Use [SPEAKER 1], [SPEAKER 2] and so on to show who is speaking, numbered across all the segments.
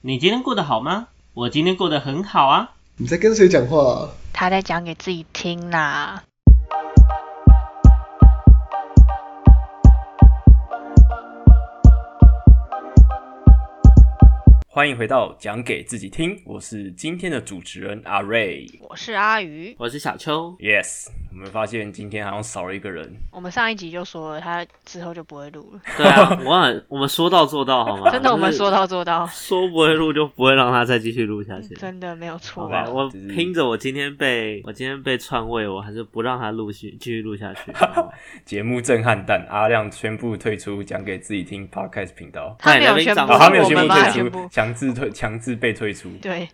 [SPEAKER 1] 你今天过得好吗？我今天过得很好啊。
[SPEAKER 2] 你在跟谁讲话、啊？
[SPEAKER 3] 他在讲给自己听啦。
[SPEAKER 4] 欢迎回到讲给自己听，我是今天的主持人阿瑞。
[SPEAKER 3] 我是阿鱼，
[SPEAKER 1] 我是小秋，
[SPEAKER 4] Yes，我们发现今天好像少了一个人，
[SPEAKER 3] 我们上一集就说了，他之后就不会录了。
[SPEAKER 1] 对 啊，我很我们说到做到好吗？
[SPEAKER 3] 真的，我们说
[SPEAKER 1] 到
[SPEAKER 3] 到做到，
[SPEAKER 1] 说不会录就不会让他再继续录下去。
[SPEAKER 3] 真的没有
[SPEAKER 1] 好
[SPEAKER 3] 错。
[SPEAKER 1] 吧，我
[SPEAKER 4] 就是
[SPEAKER 1] 拼着我今天被我今天被篡位，我还是不让他录续继续录下 去。好吗
[SPEAKER 4] 节目震撼弹，阿亮宣布退出讲给自己听 podcast 频道，
[SPEAKER 3] 他没有
[SPEAKER 1] 那你
[SPEAKER 3] 宣
[SPEAKER 1] 那边
[SPEAKER 3] 布，
[SPEAKER 1] 长
[SPEAKER 4] 哦，他没有宣
[SPEAKER 3] 我们
[SPEAKER 4] 布
[SPEAKER 3] 帮他
[SPEAKER 4] 退
[SPEAKER 3] 宣
[SPEAKER 4] 出，
[SPEAKER 3] 布。
[SPEAKER 4] 强制退，强制被退出。
[SPEAKER 3] 对，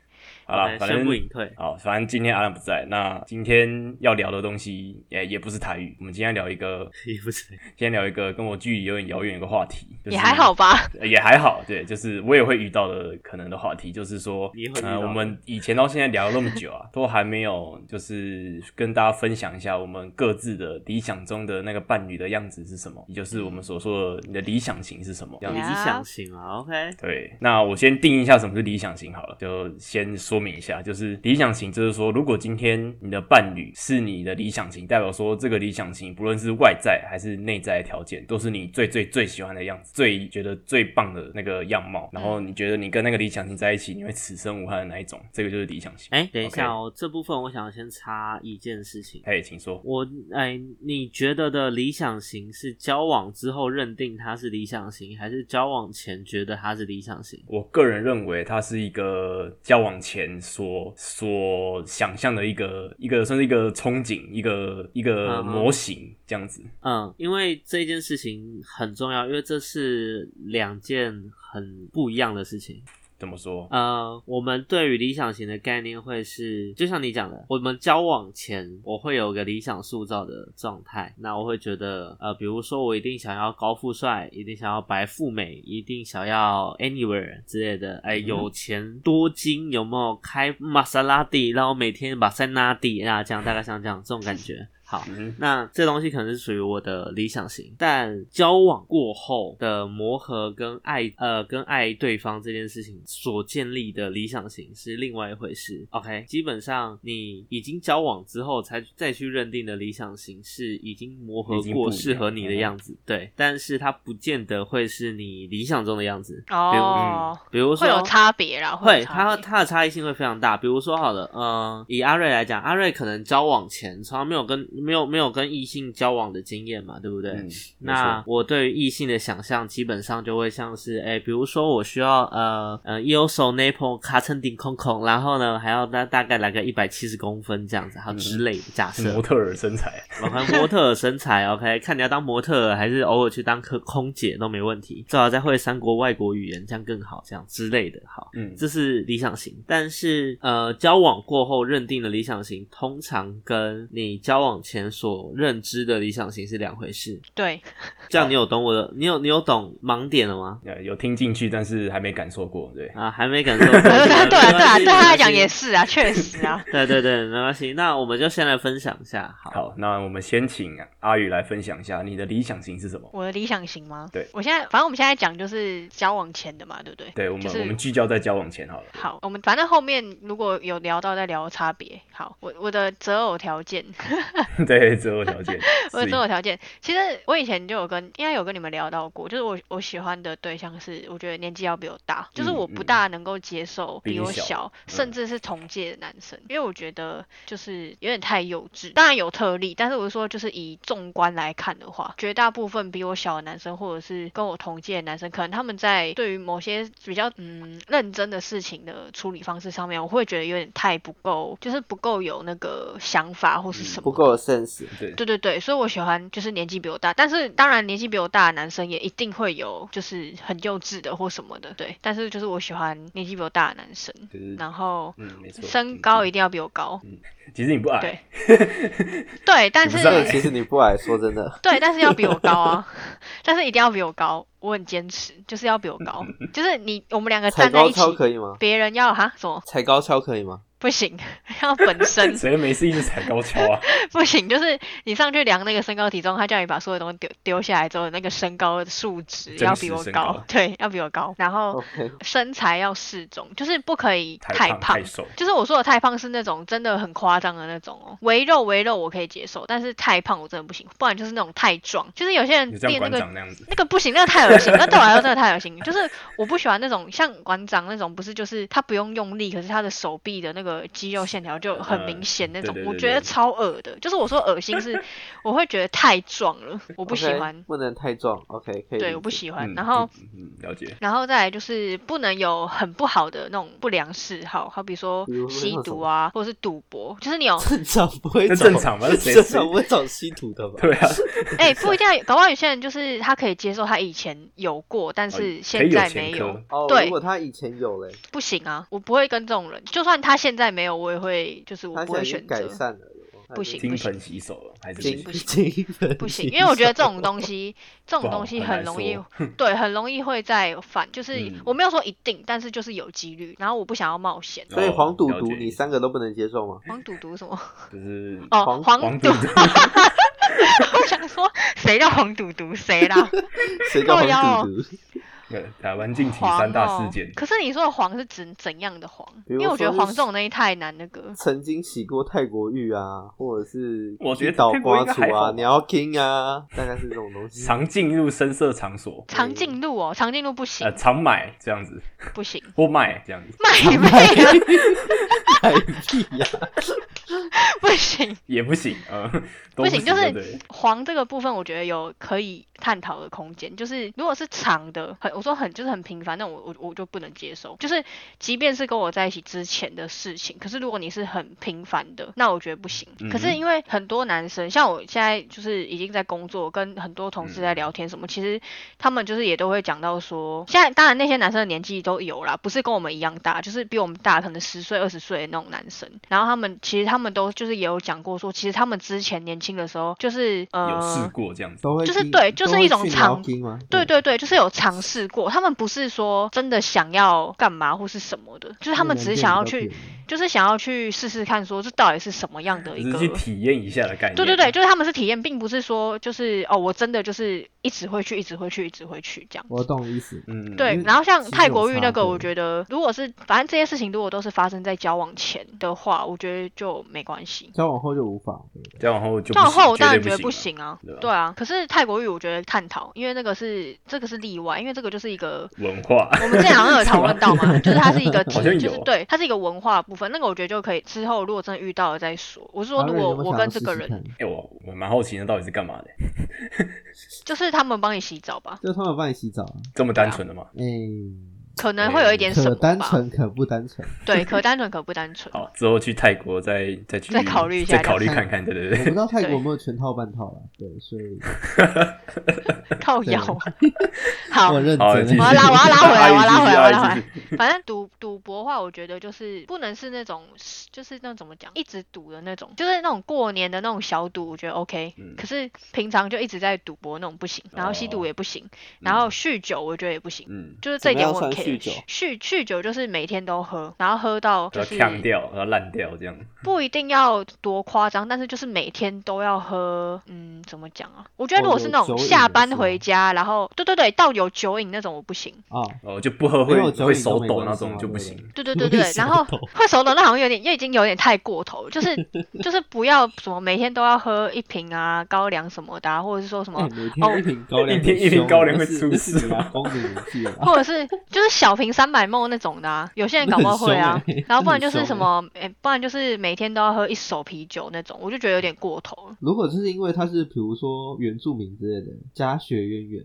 [SPEAKER 4] 好了，
[SPEAKER 1] OK，
[SPEAKER 4] 反
[SPEAKER 1] 宣布
[SPEAKER 4] 正
[SPEAKER 1] 隐退。
[SPEAKER 4] 好，反正今天阿亮不在，那今天要聊的东西也也不是台语，我们今天聊一个，
[SPEAKER 1] 也不是，
[SPEAKER 4] 今天聊一个跟我距离有点遥远的一个话题，就是
[SPEAKER 3] 也还好吧。
[SPEAKER 4] 呃也还好，对，就是我也会遇到的可能的话题，就是说
[SPEAKER 1] 你会遇，
[SPEAKER 4] 呃，
[SPEAKER 1] 到
[SPEAKER 4] 我们以前到现在聊了那么久 啊，都还没有就是跟大家分享一下我们各自的理想中的那个伴侣的样子是什么，也就是我们所说的你的理想型是什么。这样
[SPEAKER 1] 理
[SPEAKER 4] 子
[SPEAKER 3] 呀
[SPEAKER 1] 想型啊，OK，
[SPEAKER 4] 对，那我先定义一下什么是理想型好了，就先说明一下，就是理想型，就是说，如果今天你的伴侣是你的理想型，代表说这个理想型不论是外在还是内在的条件，都是你最最最喜欢的样子，最觉得最棒的那个样貌，然后你觉得你跟那个理想型在一起，你会此生无憾的那一种，这个就是理想型。
[SPEAKER 1] 哎、等一下
[SPEAKER 4] OK，
[SPEAKER 1] 哦这部分我想先插一件事情。
[SPEAKER 4] 哎、请说。
[SPEAKER 1] 我哎，你觉得的理想型是交往之后认定他是理想型，还是交往前觉得他是理想型？
[SPEAKER 4] 我个人认为，它是一个交往前所所想象的一个一个算是一个憧憬，一个一个
[SPEAKER 1] 嗯哼
[SPEAKER 4] 模型这样子。
[SPEAKER 1] 嗯，因为这件事情很重要，因为这是两件很不一样的事情。
[SPEAKER 4] 怎么说？
[SPEAKER 3] 啊
[SPEAKER 1] 呃，我们对于理想型的概念会是，就像你讲的，我们交往前我会有个理想塑造的状态，那我会觉得，呃，比如说我一定想要高富帅，一定想要白富美，一定想要 anywhere 之类的，哎，有钱多金，有没有开玛莎拉蒂，然后每天把塞拉蒂啊，这样大概像这样这种感觉。好，
[SPEAKER 4] 嗯，
[SPEAKER 1] 那这东西可能是属于我的理想型，但交往过后的磨合跟爱，呃，跟爱对方这件事情所建立的理想型是另外一回事。OK，基本上你已经交往之后才再去认定的理想型是已经磨合
[SPEAKER 4] 已经不一
[SPEAKER 1] 过
[SPEAKER 4] 样
[SPEAKER 1] 适合你的样子，对，但是它不见得会是你理想中的样子，
[SPEAKER 3] 哦，
[SPEAKER 1] 比如说
[SPEAKER 3] 会有差别啦，
[SPEAKER 1] 会，
[SPEAKER 3] 有差
[SPEAKER 1] 它
[SPEAKER 3] 别
[SPEAKER 1] 它的差异性会非常大。比如说好了，嗯，以阿瑞来讲，阿瑞可能交往前从来没有跟没有没有跟异性交往的经验嘛，对不对？
[SPEAKER 4] 嗯
[SPEAKER 1] 那
[SPEAKER 4] 没错
[SPEAKER 1] 我对于异性的想象基本上就会像是，哎、比如说我需要呃呃右手 napo 卡成顶空空，然后呢还要大大概来个一百七十公分这样子，好之类的假
[SPEAKER 3] 啊
[SPEAKER 4] 是嗯模
[SPEAKER 1] 设。
[SPEAKER 4] 特儿身 材，
[SPEAKER 1] 我看模特儿身材，OK，看你要当模特儿还是偶尔去当空空姐都没问题，最好再会三国外国语言，这样更好，这样之类的，好。
[SPEAKER 4] 嗯，
[SPEAKER 1] 这是理想型，但是呃，交往过后认定的理想型，通常跟你交往前所认知的理想型是两回事。
[SPEAKER 3] 对，
[SPEAKER 1] 这样你有懂我的？你有你有懂盲点了吗？
[SPEAKER 4] 呃有听进去，但是还没感受过，对，
[SPEAKER 1] 啊，还没感受过。对
[SPEAKER 3] 对 啊，对啊，对啊，对他来讲也
[SPEAKER 1] 是。。
[SPEAKER 3] 是啊，确实啊
[SPEAKER 1] 对对对，没关系。那我们就先来分享一下，好，
[SPEAKER 4] 好，那我们先请阿宇来分享一下你的理想型是什么？
[SPEAKER 3] 我的理想型吗？
[SPEAKER 4] 对
[SPEAKER 3] 我现在反正我们现在讲就是交往前的嘛，对不对？
[SPEAKER 4] 对我们、
[SPEAKER 3] 就是
[SPEAKER 4] 我们聚焦在交往前好了。
[SPEAKER 3] 好，我们反正后面如果有聊到再聊差别。好，我我的择偶条件，
[SPEAKER 4] 对，择偶条件，
[SPEAKER 3] 我的
[SPEAKER 4] 是
[SPEAKER 3] 择偶条件，其实我以前就有跟应该有跟你们聊到过，就是我我喜欢的对象是我觉得年纪要比我大，就是
[SPEAKER 4] 嗯
[SPEAKER 3] 我不
[SPEAKER 4] 嗯
[SPEAKER 3] 大能够接受
[SPEAKER 4] 比
[SPEAKER 3] 比
[SPEAKER 4] 你
[SPEAKER 3] 我
[SPEAKER 4] 小嗯
[SPEAKER 3] 小，甚至是同届的男生，因为我觉得就是有点太幼稚。当然有特例，但是我是说就是以纵观来看的话，绝大部分比我小的男生或者是跟我同届的男生，可能他们在对于某些比较嗯认真的事情的处理方式上面，我会觉得有点太不够，就是不够有那个想法或是
[SPEAKER 4] 嗯
[SPEAKER 3] 什么
[SPEAKER 1] 不够有 sense。
[SPEAKER 4] 对，
[SPEAKER 3] 对对对，所以我喜欢就是年纪比我大，但是当然年纪比我大的男生也一定会有就是很幼稚的或什么的，对。但是就是我喜欢年纪比我大的男生，
[SPEAKER 4] 就是
[SPEAKER 3] 然后
[SPEAKER 4] 嗯，没错，
[SPEAKER 3] 身高
[SPEAKER 4] 嗯
[SPEAKER 3] 一定要比我高，
[SPEAKER 4] 其实你不矮
[SPEAKER 3] 对，对，但
[SPEAKER 4] 不
[SPEAKER 3] 是
[SPEAKER 4] 是啊
[SPEAKER 1] 其实你不矮，说真的，
[SPEAKER 3] 对，但是要比我高啊，但是一定要比我高，我很坚持，就是要比我高，就是你我们两个
[SPEAKER 1] 踩
[SPEAKER 3] 站在
[SPEAKER 1] 高
[SPEAKER 3] 一起
[SPEAKER 1] 超，可以吗？
[SPEAKER 3] 别人要哈什么？
[SPEAKER 1] 踩高超可以吗？
[SPEAKER 3] 不行， 要本身
[SPEAKER 4] 谁没事一直踩高 跷啊？
[SPEAKER 3] 不行，就是你上去量那个身高体重，他叫你把所有东西丢丢下来之后，那个身高的数值
[SPEAKER 4] 真
[SPEAKER 3] 要
[SPEAKER 4] 实
[SPEAKER 3] 比我
[SPEAKER 4] 身高
[SPEAKER 3] 高， 对，要比我高，然后
[SPEAKER 1] OK，
[SPEAKER 3] 身材要适中，就是不可以
[SPEAKER 4] 太胖太瘦，
[SPEAKER 3] 就是我说的太胖是那种真的很夸张的那种哦，围肉围肉我可以接受，但是太胖我真的不行，不然就是那种太壮，就是有些人
[SPEAKER 4] 你这样
[SPEAKER 3] 练那
[SPEAKER 4] 馆
[SPEAKER 3] 个
[SPEAKER 4] 长那样子，
[SPEAKER 3] 那个不行，那个太恶心，那对我来说真的太恶心。就是我不喜欢那种像馆长那种，不是就是他不用用力，可是他的手臂的那个肌肉线条就很明显那种，
[SPEAKER 4] 对对对
[SPEAKER 3] 我觉得
[SPEAKER 4] 对
[SPEAKER 3] 超恶的。就是我说恶心是，我会觉得太壮了，我不喜
[SPEAKER 1] OK，
[SPEAKER 3] 欢。
[SPEAKER 1] 不能太壮。OK，可以理解。
[SPEAKER 3] 对，我不喜欢。
[SPEAKER 4] 嗯
[SPEAKER 3] 啊然后
[SPEAKER 4] 嗯嗯了解，
[SPEAKER 3] 然后再来就是不能有很不好的那种不良嗜好，好比说
[SPEAKER 1] 比如说
[SPEAKER 3] 吸
[SPEAKER 1] 像什
[SPEAKER 3] 毒
[SPEAKER 1] 么
[SPEAKER 3] 啊，或者是赌博，就是你有
[SPEAKER 1] 正常不会
[SPEAKER 4] 这
[SPEAKER 1] 找，
[SPEAKER 4] 正常吧？这谁
[SPEAKER 1] 正常不会找吸毒 的吧？
[SPEAKER 4] 对啊，
[SPEAKER 3] 哎、不一定要，搞不好有些人就是他可以接受他以前有过，但
[SPEAKER 4] 可以
[SPEAKER 3] 是
[SPEAKER 4] 有
[SPEAKER 3] 现在
[SPEAKER 4] 前
[SPEAKER 3] 没
[SPEAKER 4] 科
[SPEAKER 3] 有，
[SPEAKER 1] 哦，
[SPEAKER 3] 对
[SPEAKER 1] 如果他以前有嘞，
[SPEAKER 3] 不行啊，我不会跟这种人，就算他现在没有，我也会就是我
[SPEAKER 1] 他
[SPEAKER 3] 不
[SPEAKER 1] 现在已
[SPEAKER 3] 会
[SPEAKER 1] 经
[SPEAKER 3] 选
[SPEAKER 1] 改
[SPEAKER 3] 择。
[SPEAKER 1] 善了，有吗
[SPEAKER 3] 不行
[SPEAKER 4] 金盆洗手了还是不
[SPEAKER 1] 金
[SPEAKER 4] 行
[SPEAKER 3] 不
[SPEAKER 1] 金粉
[SPEAKER 3] 不行，因为我觉得这种东 西，这
[SPEAKER 4] 不
[SPEAKER 3] 种
[SPEAKER 4] 好
[SPEAKER 3] 东西
[SPEAKER 4] 很
[SPEAKER 3] 很
[SPEAKER 4] 难
[SPEAKER 3] 容易
[SPEAKER 4] 说，
[SPEAKER 3] 对，很容易会再犯。就是、
[SPEAKER 4] 嗯
[SPEAKER 3] 我没有说一定，但是就是有几率。然后我不想要冒 险。
[SPEAKER 1] 所以黄赌
[SPEAKER 4] 哦
[SPEAKER 1] 毒
[SPEAKER 4] 了解
[SPEAKER 1] 你三个都不能接受吗？
[SPEAKER 3] 黄赌毒什 么？
[SPEAKER 4] 就是
[SPEAKER 3] 哦，
[SPEAKER 1] 黄
[SPEAKER 3] 黄
[SPEAKER 4] 黄
[SPEAKER 3] 赌
[SPEAKER 4] 赌。
[SPEAKER 3] 毒。 我想说，谁叫黄赌毒？谁啦？
[SPEAKER 1] 谁叫
[SPEAKER 3] 靠腰
[SPEAKER 1] 黄赌毒？
[SPEAKER 4] 对，台湾 近期
[SPEAKER 3] 黄
[SPEAKER 4] 三大
[SPEAKER 3] 哦
[SPEAKER 4] 事件，
[SPEAKER 3] 可是你说的黄是指怎样的黄？
[SPEAKER 1] 比
[SPEAKER 3] 因
[SPEAKER 1] 如
[SPEAKER 3] 为我觉得
[SPEAKER 1] 说
[SPEAKER 3] 黄
[SPEAKER 1] 是
[SPEAKER 3] 这种东西太难那个。
[SPEAKER 1] 曾经洗过泰国浴啊，或者是
[SPEAKER 4] 我觉得
[SPEAKER 1] 一岛
[SPEAKER 4] 泰国
[SPEAKER 1] 瓜
[SPEAKER 4] 应该还
[SPEAKER 1] 厨
[SPEAKER 4] 好
[SPEAKER 1] 啊、
[SPEAKER 4] 吧
[SPEAKER 1] 鸟 king 啊，大概是这种东
[SPEAKER 3] 哦
[SPEAKER 1] 西。
[SPEAKER 4] 常进入深色场所，
[SPEAKER 3] 长颈鹿哦，长颈鹿不行
[SPEAKER 4] 呃，，常买这样子，
[SPEAKER 3] 不行，
[SPEAKER 4] 或卖这样子，
[SPEAKER 3] 卖 妹啊
[SPEAKER 1] 海屁 呀、
[SPEAKER 3] 不行。
[SPEAKER 4] 也不行，呃，都
[SPEAKER 3] 不行，就是
[SPEAKER 4] 对
[SPEAKER 3] 黄这个部分，我觉得有可以探讨的空间。就是如果是长的，很我说很就是很频繁，那我我我就不能接受。就是即便是跟我在一起之前的事情，可是如果你是很频繁的，那我觉得不行。可
[SPEAKER 4] 嗯
[SPEAKER 3] 是
[SPEAKER 4] 哼
[SPEAKER 3] 因为很多男生，像我现在就是已经在工作，跟很多同事在聊天什么，其实他们就是也都会讲到说，现在当然那些男生的年纪都有啦，不是跟我们一样大，就是比我们大可能十岁、二十岁的那种男生。然后他们其实他们都就是也有讲过说，其实他们之前年轻的时候就是
[SPEAKER 4] 有试
[SPEAKER 3] 呃。
[SPEAKER 4] 过这样子，
[SPEAKER 1] 都会
[SPEAKER 3] 就是
[SPEAKER 1] 去
[SPEAKER 3] 对就是
[SPEAKER 1] 都会
[SPEAKER 3] 一种
[SPEAKER 1] 去
[SPEAKER 3] 常
[SPEAKER 1] 鸟 king 吗？
[SPEAKER 3] 对对对，就是有尝试过，他们不是说真的想要干嘛或是什么的，就是他们只是想要去，就是想要去试试看，说这到底是什么样的一
[SPEAKER 4] 只
[SPEAKER 3] 个
[SPEAKER 4] 是去体验一下的概念，
[SPEAKER 3] 对对对，，就是他们是体验，并不是说就是哦，我真的就是一直会去，一直会去，一直会去这样。
[SPEAKER 1] 我懂意思。
[SPEAKER 4] 嗯，
[SPEAKER 3] 对
[SPEAKER 1] 因，为
[SPEAKER 3] 然后像
[SPEAKER 1] 是
[SPEAKER 3] 泰
[SPEAKER 1] 有
[SPEAKER 3] 国浴
[SPEAKER 1] 差
[SPEAKER 3] 那个，
[SPEAKER 1] 别
[SPEAKER 3] 我觉得如果是反正这些事情如果都是发生在交往前的话，我觉得就没关系。
[SPEAKER 1] 交往后就无法，
[SPEAKER 4] 再往后就
[SPEAKER 3] 交往
[SPEAKER 4] 不行
[SPEAKER 3] 后我
[SPEAKER 4] 绝
[SPEAKER 3] 当
[SPEAKER 4] 对
[SPEAKER 3] 然觉得
[SPEAKER 4] 不
[SPEAKER 3] 不
[SPEAKER 4] 行
[SPEAKER 3] 行啊
[SPEAKER 4] 对啊，
[SPEAKER 3] 对啊。可是泰国浴我觉得探讨，因为那个是这个是例外，因为这个就是一个
[SPEAKER 4] 了文化，
[SPEAKER 3] 我们之前好像有讨论 到嘛，就是它是一个体，
[SPEAKER 4] 好像有
[SPEAKER 3] 就
[SPEAKER 4] 啊
[SPEAKER 3] 是对，它是一个文化的部分。那个我觉得就可以之后如果真的遇到了再说。我是说，
[SPEAKER 1] 啊
[SPEAKER 3] 如
[SPEAKER 1] 那你
[SPEAKER 3] 果
[SPEAKER 1] 有没有想
[SPEAKER 3] 我
[SPEAKER 1] 要
[SPEAKER 3] 跟这
[SPEAKER 1] 试
[SPEAKER 3] 个
[SPEAKER 1] 试
[SPEAKER 3] 人，
[SPEAKER 1] 看
[SPEAKER 4] 哎，我我蛮好奇那到底是干嘛的，
[SPEAKER 3] 就是他们帮你洗澡吧，
[SPEAKER 1] 就是他们帮你洗澡啊，
[SPEAKER 4] 这么单纯的吗？
[SPEAKER 1] 哎、
[SPEAKER 3] 可
[SPEAKER 4] 哎
[SPEAKER 3] 能会有一点什
[SPEAKER 1] 可
[SPEAKER 3] 么
[SPEAKER 1] 单
[SPEAKER 3] 吧。
[SPEAKER 1] 纯可不单纯，
[SPEAKER 3] 对，可单纯可不单纯。
[SPEAKER 4] 好，之后去泰国再再去
[SPEAKER 3] 再考虑一下
[SPEAKER 4] 再考虑
[SPEAKER 1] 这样
[SPEAKER 4] 看看，对对
[SPEAKER 1] 我不
[SPEAKER 4] 对，
[SPEAKER 1] 知道泰国有没有全套半套啦，对，所以
[SPEAKER 3] 靠
[SPEAKER 1] 对
[SPEAKER 4] 啊
[SPEAKER 3] 腰。啊好
[SPEAKER 1] 我，认
[SPEAKER 4] 好，
[SPEAKER 1] 真
[SPEAKER 4] 继续
[SPEAKER 3] 我要拉我要拉回来
[SPEAKER 4] 阿姨
[SPEAKER 3] 我要拉回来我要拉
[SPEAKER 4] 继续阿姨继 续
[SPEAKER 3] 反正赌赌博的话，我觉得就是不能是那种，就是那种怎么讲，一直赌的那种，就是那种过年的那种小赌，我觉得 OK、
[SPEAKER 4] 嗯
[SPEAKER 3] 可是平常就一直在赌博那种不行，然后吸毒
[SPEAKER 4] 哦
[SPEAKER 3] 也不行，然后酗酒我觉得也不行。
[SPEAKER 4] 嗯，
[SPEAKER 3] 就是这一点我
[SPEAKER 1] 嗯怎
[SPEAKER 3] 很
[SPEAKER 1] 么样算酗
[SPEAKER 3] care。
[SPEAKER 1] 酒
[SPEAKER 3] 酗酗酒就是每天都喝，然后喝到
[SPEAKER 4] 要
[SPEAKER 3] 就是
[SPEAKER 4] 呛掉，要烂掉这样，
[SPEAKER 3] 不一定要多夸张，但是就是每天都要喝，嗯，怎么讲啊？我觉得如果是那
[SPEAKER 1] 哦有
[SPEAKER 3] 种
[SPEAKER 1] 酒瘾
[SPEAKER 3] 下
[SPEAKER 1] 的
[SPEAKER 3] 班
[SPEAKER 1] 时候
[SPEAKER 3] 回家，然后对对对，到有酒瘾那种我不行。
[SPEAKER 1] 啊，
[SPEAKER 4] 哦，就不喝会
[SPEAKER 1] 因为我酒瘾
[SPEAKER 4] 会
[SPEAKER 1] 都
[SPEAKER 4] 手
[SPEAKER 1] 没
[SPEAKER 4] 抖
[SPEAKER 1] 关
[SPEAKER 4] 那
[SPEAKER 1] 系
[SPEAKER 4] 种
[SPEAKER 1] 嘛
[SPEAKER 4] 就不
[SPEAKER 1] 对不
[SPEAKER 4] 行，
[SPEAKER 3] 对对对
[SPEAKER 1] 我
[SPEAKER 3] 对
[SPEAKER 1] 也
[SPEAKER 3] 对，
[SPEAKER 1] 想
[SPEAKER 3] 然后
[SPEAKER 1] 懂
[SPEAKER 3] 会手抖那好像有点，也已经有点太过头了，就是 就是不要什么每天都要喝一瓶啊高粱什么的、啊，或者是说什么
[SPEAKER 1] 哎，每天一瓶高粱
[SPEAKER 4] 一
[SPEAKER 1] 很凶
[SPEAKER 4] 瓶
[SPEAKER 1] 啊，
[SPEAKER 4] 一瓶高粱会
[SPEAKER 1] 那是
[SPEAKER 4] 出
[SPEAKER 1] 那是
[SPEAKER 4] 事
[SPEAKER 1] 你
[SPEAKER 4] 吗
[SPEAKER 1] 阿公的 年纪了啊。
[SPEAKER 3] 或者是就是小瓶三百梦那种的、啊，有些人搞不好会
[SPEAKER 1] 那
[SPEAKER 3] 啊
[SPEAKER 1] 很凶欸。
[SPEAKER 3] 然后不然就是什么，哎、不然就是每天都要喝一手啤酒那种，我就觉得有点过头了。
[SPEAKER 1] 如果就是因为他是比如说原住民之类的家学渊源，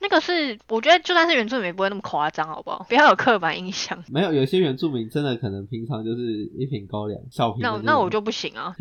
[SPEAKER 3] 那个是我觉得就算是原住民也不会那么夸张，好不好？不要有刻板印象。
[SPEAKER 1] 没有有些原住民真的可能平常就是一瓶高粱小瓶的
[SPEAKER 3] 那
[SPEAKER 1] 种。
[SPEAKER 3] 那我就不行 啊，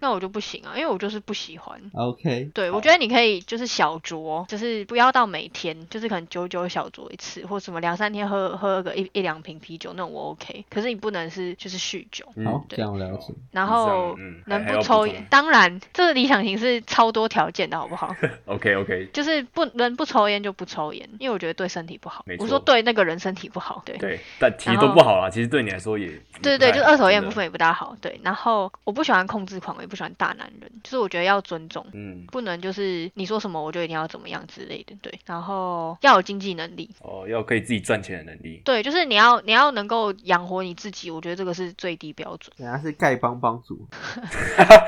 [SPEAKER 3] 那我就不行啊，因为我就是不喜欢。
[SPEAKER 1] OK，
[SPEAKER 3] 对，
[SPEAKER 4] 好
[SPEAKER 3] 我觉得你可以就是小酌，就是不要到每天，就是可能久久小酌一次，或什么两三天喝喝个一一两瓶啤酒那种我 OK。可是你不能是就是酗酒，
[SPEAKER 4] 嗯
[SPEAKER 1] 好，
[SPEAKER 3] 对
[SPEAKER 1] 这样了解。
[SPEAKER 3] 然
[SPEAKER 4] 以
[SPEAKER 3] 后
[SPEAKER 4] 上嗯还
[SPEAKER 3] 能
[SPEAKER 4] 还要
[SPEAKER 3] 不
[SPEAKER 4] 补
[SPEAKER 3] 抽
[SPEAKER 4] 充
[SPEAKER 3] 烟，当然这个理想型是超多条件的好不好？
[SPEAKER 4] 嗯，OK OK，
[SPEAKER 3] 就是不能不抽烟就不不抽烟，因为我觉得对身体不好
[SPEAKER 4] 没。
[SPEAKER 3] 我
[SPEAKER 4] 错
[SPEAKER 3] 说对那个人身体不好，对。
[SPEAKER 4] 对，但其实
[SPEAKER 3] 然
[SPEAKER 4] 都
[SPEAKER 3] 后
[SPEAKER 4] 不好啦。其实对你来说也
[SPEAKER 3] 对对对，就是二手烟部。
[SPEAKER 4] 也不太好
[SPEAKER 3] 分
[SPEAKER 4] 真的
[SPEAKER 3] 也不大好，对。然后我不喜欢控制狂，我也不喜欢大男人，就是我觉得要尊重，
[SPEAKER 4] 嗯，
[SPEAKER 3] 不能就是你说什么我就一定要怎么样之类的，对。然后要有经济能力，
[SPEAKER 4] 哦，要可以自己赚钱的能力。
[SPEAKER 3] 对，就是你要你要能够养活你自己，我觉得这个是最低标 准。
[SPEAKER 1] 人家是丐帮帮主，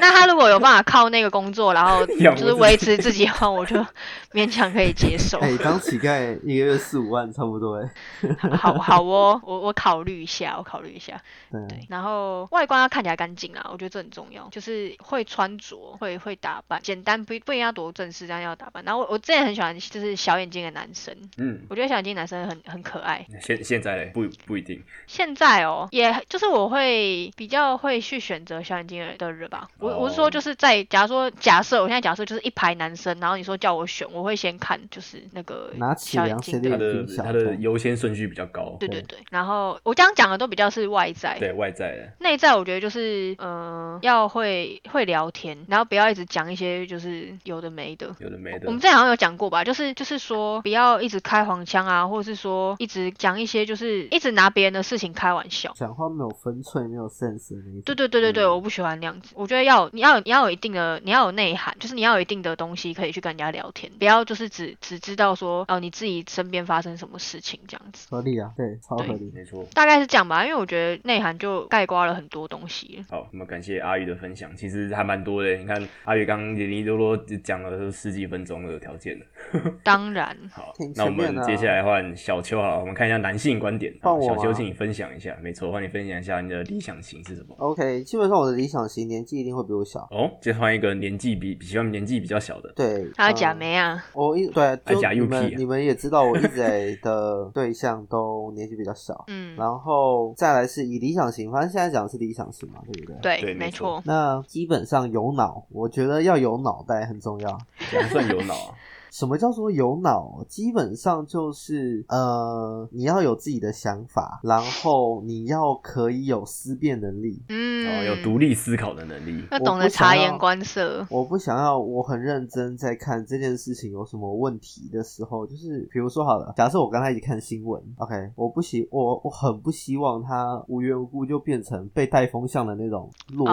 [SPEAKER 3] 那他如果有办法靠那个工作，然后
[SPEAKER 4] 养
[SPEAKER 3] 就是
[SPEAKER 4] 活自
[SPEAKER 3] 维
[SPEAKER 4] 己
[SPEAKER 3] 持自己的话，我就勉强可以接受。
[SPEAKER 1] 哎、当乞丐一个月四五万差不多哎、
[SPEAKER 3] 好好哦，我我考虑一下，我考虑一下。
[SPEAKER 1] 对，啊
[SPEAKER 3] 对，然后外观要看起来干净啦，我觉得这很重要，就是会穿着，会会打扮，简单不不一定要多正式，但要打扮。然后我我之前很喜欢就是小眼睛的男生，
[SPEAKER 4] 嗯，
[SPEAKER 3] 我觉得小眼睛男生很很可爱。
[SPEAKER 4] 现现在嘞不不一定。
[SPEAKER 3] 现在哦，也就是我会比较会去选择小眼睛的人吧。我我是
[SPEAKER 4] 哦
[SPEAKER 3] 说就是在假如说假设我现在假设就是一排男生，然后你说叫我选，我会先看就是那个
[SPEAKER 1] 拿起
[SPEAKER 3] 小眼
[SPEAKER 1] 量
[SPEAKER 3] 睛
[SPEAKER 1] 鞋垫
[SPEAKER 3] 的
[SPEAKER 4] 他的
[SPEAKER 1] 挺小
[SPEAKER 4] 他
[SPEAKER 1] 的
[SPEAKER 4] 的优先顺序比较高，
[SPEAKER 3] 对对对，然后我刚刚讲的都比较是外在，
[SPEAKER 4] 对外在的，
[SPEAKER 3] 内在我觉得就是，嗯、要会会聊天，然后不要一直讲一些就是有的没的。
[SPEAKER 4] 有的没的
[SPEAKER 3] 我。们之前好像有讲过吧，就是就是说不要一直开黄腔啊，或者是说一直讲一些就是一直拿别人的事情开玩笑。
[SPEAKER 1] 讲话没有分寸，没有 sense 的那一种。
[SPEAKER 3] 对对对对对，
[SPEAKER 4] 嗯
[SPEAKER 3] 我不喜欢那样子。我觉得要你要有你要有一定的你要有内涵，就是你要有一定的东西可以去跟人家聊天，不要就是只只知道说哦你自己身边发生什么事情这样子。
[SPEAKER 1] 合理啊，对，超合理。
[SPEAKER 4] 没错。
[SPEAKER 3] 大概是这样吧，因为我觉得内涵就概括了很多东西了。
[SPEAKER 4] 好，那么感谢阿宇的分享，其实还蛮多的。你看阿宇刚刚零零多多就讲了十几分钟的条件了。
[SPEAKER 3] 当然，
[SPEAKER 4] 好
[SPEAKER 1] 挺，
[SPEAKER 4] 那我
[SPEAKER 1] 全面
[SPEAKER 4] 们
[SPEAKER 1] 的啊
[SPEAKER 4] 接下来换小邱好了，我们看一下男性观点。
[SPEAKER 1] 换
[SPEAKER 4] 好，
[SPEAKER 1] 我
[SPEAKER 4] 小
[SPEAKER 1] 吗
[SPEAKER 4] 邱，请你分享一下。没错，换你分享一下你的理想型是什么？
[SPEAKER 1] OK，基本上我的理想型年纪一定会比我小。
[SPEAKER 4] 哦，就换一个年纪比比喜欢年纪比较小的。
[SPEAKER 1] 对，
[SPEAKER 3] 还有
[SPEAKER 1] 嗯
[SPEAKER 3] 假眉啊。
[SPEAKER 1] 我一对就
[SPEAKER 4] 假
[SPEAKER 1] 你
[SPEAKER 4] 又屁
[SPEAKER 1] 们
[SPEAKER 4] 啊
[SPEAKER 1] 你们也知道，我一直以来的对象都年纪比较小，
[SPEAKER 3] 嗯，
[SPEAKER 1] 然后再来是以理想型，反正现在讲的是理想型嘛，对不对？。
[SPEAKER 3] 对，
[SPEAKER 4] 对没
[SPEAKER 3] 没
[SPEAKER 4] 错
[SPEAKER 3] 错。
[SPEAKER 1] 那基本上有脑，我觉得要有脑袋很重要。
[SPEAKER 4] 这样算有脑啊？
[SPEAKER 1] 什么叫做有脑？基本上就是呃，你要有自己的想法，然后你要可以有思辨能力。
[SPEAKER 4] 然
[SPEAKER 3] 嗯，
[SPEAKER 4] 后哦
[SPEAKER 3] 呃
[SPEAKER 4] 有独立思考的能力。
[SPEAKER 3] 要
[SPEAKER 1] 我
[SPEAKER 3] 懂
[SPEAKER 1] 不
[SPEAKER 3] 得察
[SPEAKER 1] 想
[SPEAKER 3] 言
[SPEAKER 1] 要
[SPEAKER 3] 观色。
[SPEAKER 1] 我不想要我很认真在看这件事情有什么问题的时候，就是比如说好了，假设我跟他一起看新闻，OK，我不希我我很不希望他无缘无故就变成被带风向的那种弱智、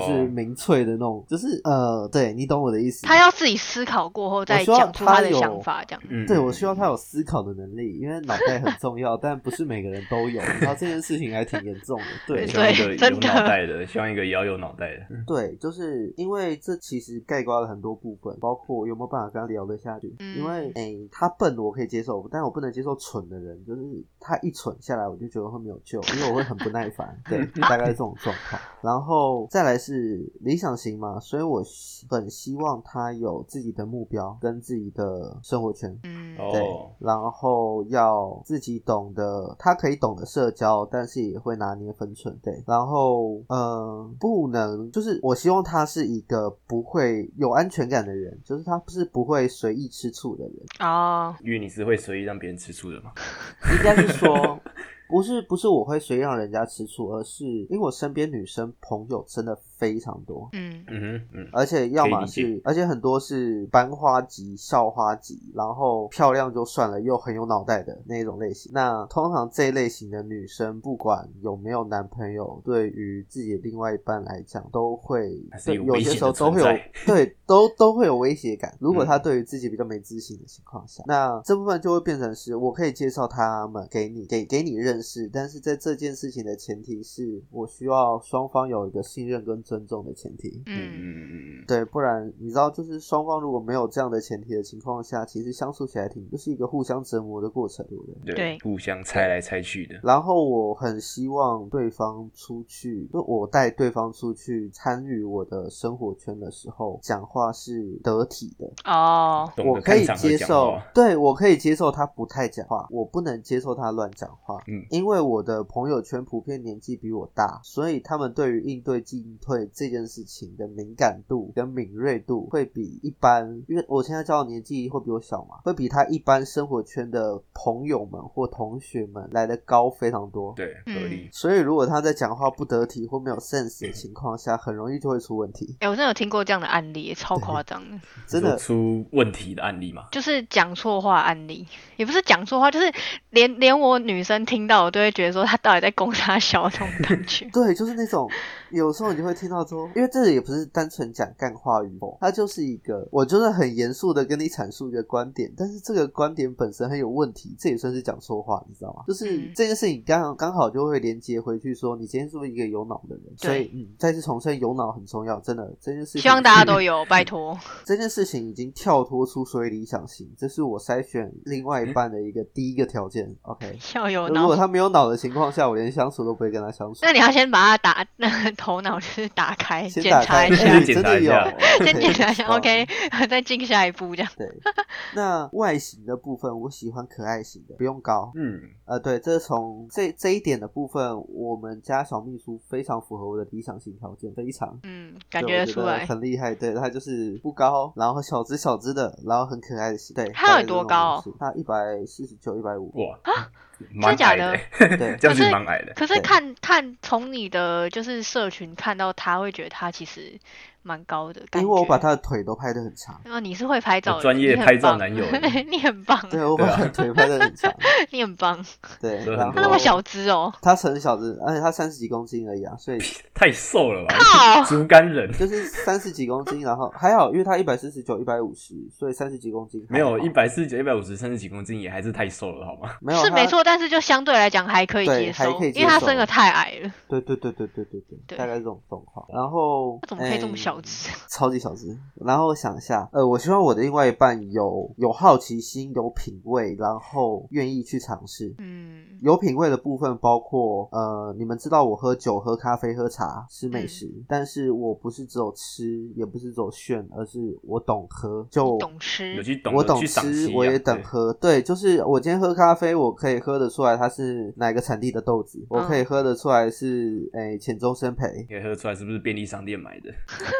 [SPEAKER 1] 或者是民粹的那种，就是呃，对你懂我的意思。
[SPEAKER 3] 他要自己思考过后再
[SPEAKER 1] 希望
[SPEAKER 3] 讲出
[SPEAKER 1] 他
[SPEAKER 3] 他的
[SPEAKER 1] 有
[SPEAKER 3] 想法，这样。
[SPEAKER 4] 嗯，
[SPEAKER 1] 对，我希望他有思考的能力，因为脑袋很重要， 但不是每个人都有。然后这件事情还挺严重的，对嗯
[SPEAKER 4] 对，希望一
[SPEAKER 3] 对
[SPEAKER 4] 个有
[SPEAKER 3] 真的
[SPEAKER 4] 脑袋的，希望一个也要有脑袋的。
[SPEAKER 1] 对，就是因为这其实概括了很多部分，包括有没有办法跟他聊得下去。
[SPEAKER 3] 嗯
[SPEAKER 1] 因为诶、他笨我可以接受，但我不能接受蠢的人，就是他一蠢下来，我就觉得会没有救，因为我会很不耐烦。对，大概是这种状况。然后再来是理想型嘛，所以我希很希望他有自己的目标跟自己的生活圈。
[SPEAKER 3] 嗯，
[SPEAKER 1] 对
[SPEAKER 4] 哦，，
[SPEAKER 1] 然后要自己懂得，他可以懂得社交，但是也会拿捏分寸，对。然后，嗯，不能，就是我希望他是一个不会有安全感的人，就是他不是不会随意吃醋的人，
[SPEAKER 3] 哦，
[SPEAKER 4] 因为你是会随意让别人吃醋的嘛。
[SPEAKER 1] 应该是说。不是不是我会随意让人家吃醋，而是因为我身边女生朋友真的非常多，
[SPEAKER 3] 嗯，
[SPEAKER 4] 嗯哼，嗯，
[SPEAKER 1] 而且要么
[SPEAKER 4] 可以理
[SPEAKER 1] 是，而且很多是班花级、校花级，然后漂亮就算了，又很有脑袋的那一种类型。那通常这一类型的女生，不管有没有男朋友，对于自己的另外一半来讲，都会
[SPEAKER 4] 还是
[SPEAKER 1] 对
[SPEAKER 4] 有
[SPEAKER 1] 有
[SPEAKER 4] 危
[SPEAKER 1] 些
[SPEAKER 4] 险
[SPEAKER 1] 时候
[SPEAKER 4] 的
[SPEAKER 1] 都会有
[SPEAKER 4] 存在
[SPEAKER 1] 对都都会有威胁感。如果他
[SPEAKER 4] 嗯
[SPEAKER 1] 对于自己比较没自信的情况下，那这部分就会变成是我可以介绍他们给你给给你认识，但是在这件事情的前提是我需要双方有一个信任跟尊重的前提。
[SPEAKER 4] 嗯
[SPEAKER 3] 嗯，
[SPEAKER 4] 嗯嗯嗯
[SPEAKER 1] 对，不然你知道，就是双方如果没有这样的前提的情况下，其实相处起来挺就是一个互相折磨的过程，对不对？
[SPEAKER 4] 嗯，对
[SPEAKER 3] 对，
[SPEAKER 4] 互相猜来猜去的。
[SPEAKER 1] 然后我很希望对方出去，就我带对方出去参与我的生活圈的时候，讲话是得体的，
[SPEAKER 3] 哦，
[SPEAKER 4] 懂
[SPEAKER 1] 我
[SPEAKER 4] 得
[SPEAKER 1] 可以
[SPEAKER 4] 看场合
[SPEAKER 1] 接
[SPEAKER 4] 讲
[SPEAKER 1] 受
[SPEAKER 4] 话，
[SPEAKER 1] 对我可以接受他不太讲话，我不能接受他乱讲话。
[SPEAKER 4] 嗯
[SPEAKER 1] 因为我的朋友圈普遍年纪比我大，所以他们对于应对进退对这件事情的敏感度跟敏锐度会比一般，因为我现在交往年纪会比我小嘛，会比他一般生活圈的朋友们或同学们来的高非常多。
[SPEAKER 4] 对，合
[SPEAKER 3] 嗯
[SPEAKER 4] 理。
[SPEAKER 1] 所以如果他在讲话不得体或没有 sense 的情况下，很容易就会出问题。
[SPEAKER 3] 哎、我真的有听过这样的案例，超夸张的，
[SPEAKER 1] 真的。
[SPEAKER 4] 有，出问题的案例嘛？
[SPEAKER 3] 就是讲错话案例，也不是讲错话，就是连连我女生听到，我都会觉得说她到底在攻她小那种感觉
[SPEAKER 1] 对，就是那种有时候你就会听到说，因为这也不是单纯讲干话与否，它就是一个我就是很严肃的跟你阐述一个观点，但是这个观点本身很有问题，这也算是讲错话，你知道吗？就是
[SPEAKER 3] 嗯
[SPEAKER 1] 这件事情刚刚好就会连接回去说，你今天是不是一个有脑的人？所以
[SPEAKER 3] 对
[SPEAKER 1] 嗯，再次重申，有脑很重要，真的这件事情。
[SPEAKER 3] 希望大家都 有，拜托。
[SPEAKER 1] 这件事情已经跳脱出所谓理想型，这是我筛选另外一半的一个第一个条件。OK，
[SPEAKER 3] 要有
[SPEAKER 1] 如果
[SPEAKER 3] 脑。
[SPEAKER 1] 他没有脑的情况下，我连相处都不会跟他相处。
[SPEAKER 3] 那你要先把它打，那个头脑就是打开，
[SPEAKER 1] 先
[SPEAKER 3] 检
[SPEAKER 1] 打
[SPEAKER 3] 查
[SPEAKER 1] 开，
[SPEAKER 3] 一
[SPEAKER 1] 哎
[SPEAKER 3] 下，
[SPEAKER 4] 检
[SPEAKER 1] 真
[SPEAKER 4] 查
[SPEAKER 1] 的
[SPEAKER 4] 一
[SPEAKER 1] 有
[SPEAKER 4] 下，
[SPEAKER 3] 先检查一 下
[SPEAKER 1] 好
[SPEAKER 3] ，OK，再 进下一步这样。
[SPEAKER 1] 对，那外形的部分，我喜欢可爱型的，不用高。
[SPEAKER 4] 嗯，
[SPEAKER 1] 呃，对，这是从这这一点的部分，我们家小秘书非常符合我的理想型条件，非常
[SPEAKER 3] 嗯，感
[SPEAKER 1] 对
[SPEAKER 3] 觉
[SPEAKER 1] 我
[SPEAKER 3] 得
[SPEAKER 1] 觉
[SPEAKER 3] 出来。
[SPEAKER 1] 很厉害。对，他就是不高，然后小只小只的，然后很可爱的型。对，
[SPEAKER 3] 他
[SPEAKER 1] 大概
[SPEAKER 3] 有
[SPEAKER 1] 是
[SPEAKER 3] 多
[SPEAKER 1] 这种
[SPEAKER 3] 高
[SPEAKER 1] 模式？他一百四十九，一百 五。
[SPEAKER 4] 哇，蛮
[SPEAKER 3] 啊真的假
[SPEAKER 4] 矮
[SPEAKER 3] 的
[SPEAKER 4] 的，
[SPEAKER 1] 对
[SPEAKER 4] 这
[SPEAKER 3] 可
[SPEAKER 4] 样是
[SPEAKER 3] 是
[SPEAKER 4] 蛮矮的。
[SPEAKER 3] 可是
[SPEAKER 1] 对
[SPEAKER 3] 看看从你的就是社群看到他，会觉得他其实蛮高的感觉。
[SPEAKER 1] 因为我把他的腿都拍得很长，
[SPEAKER 3] 哦，你是会拍照的，
[SPEAKER 4] 专
[SPEAKER 3] 你
[SPEAKER 4] 业
[SPEAKER 3] 很
[SPEAKER 4] 拍照
[SPEAKER 3] 棒
[SPEAKER 4] 男友
[SPEAKER 3] 你很棒，
[SPEAKER 1] 对我把他的腿拍得很长，
[SPEAKER 3] 你很棒。
[SPEAKER 1] 对，啊
[SPEAKER 4] 真的很
[SPEAKER 1] 然后
[SPEAKER 3] 他那么小只 哦，
[SPEAKER 1] 他很小只，而且他三十几公斤而已啊，所以
[SPEAKER 4] 太瘦了吧？
[SPEAKER 1] 哦
[SPEAKER 3] 靠
[SPEAKER 4] 竹 竿人
[SPEAKER 1] 就是三十几公斤，然后还好，因为他一百四十九、一百五十，所以三十几公斤还
[SPEAKER 4] 没有
[SPEAKER 1] 好
[SPEAKER 4] 一百四十九、一百五十、三十几公斤也还是太瘦了，好吗？
[SPEAKER 1] 没有
[SPEAKER 3] 是
[SPEAKER 1] 他
[SPEAKER 3] 没错，但是就相对来讲还可以
[SPEAKER 1] 对
[SPEAKER 3] 接
[SPEAKER 1] 还
[SPEAKER 3] 受，
[SPEAKER 1] 可以接
[SPEAKER 3] 因为他
[SPEAKER 1] 受
[SPEAKER 3] 身个太矮了，
[SPEAKER 1] 对对对对对对对，
[SPEAKER 3] 对
[SPEAKER 1] 大概这种状况。然后
[SPEAKER 3] 他怎么可以这么
[SPEAKER 1] 哎
[SPEAKER 3] 小只？啊
[SPEAKER 1] 超级小只。然后我想一下，呃，我希望我的另外一半有有好奇心、有品味，然后愿意去尝试。
[SPEAKER 3] 嗯，
[SPEAKER 1] 有品味的部分包括，呃，你们知道我喝酒、喝咖啡、喝茶、吃
[SPEAKER 3] 嗯
[SPEAKER 1] 美食，但是我不是只有吃，也不是只有炫，而是我懂喝，就
[SPEAKER 3] 懂
[SPEAKER 4] 有
[SPEAKER 3] 吃，
[SPEAKER 4] 去懂
[SPEAKER 1] 我
[SPEAKER 4] 得
[SPEAKER 1] 懂
[SPEAKER 4] 去赏
[SPEAKER 1] 吃，
[SPEAKER 4] 析啊
[SPEAKER 1] 我也懂喝。对，就是我今天喝咖啡，我可以喝得出来它是哪个产地的豆子，我可以喝得出来是诶浅州生培。
[SPEAKER 4] 对可以喝出来是不是便利商店买的？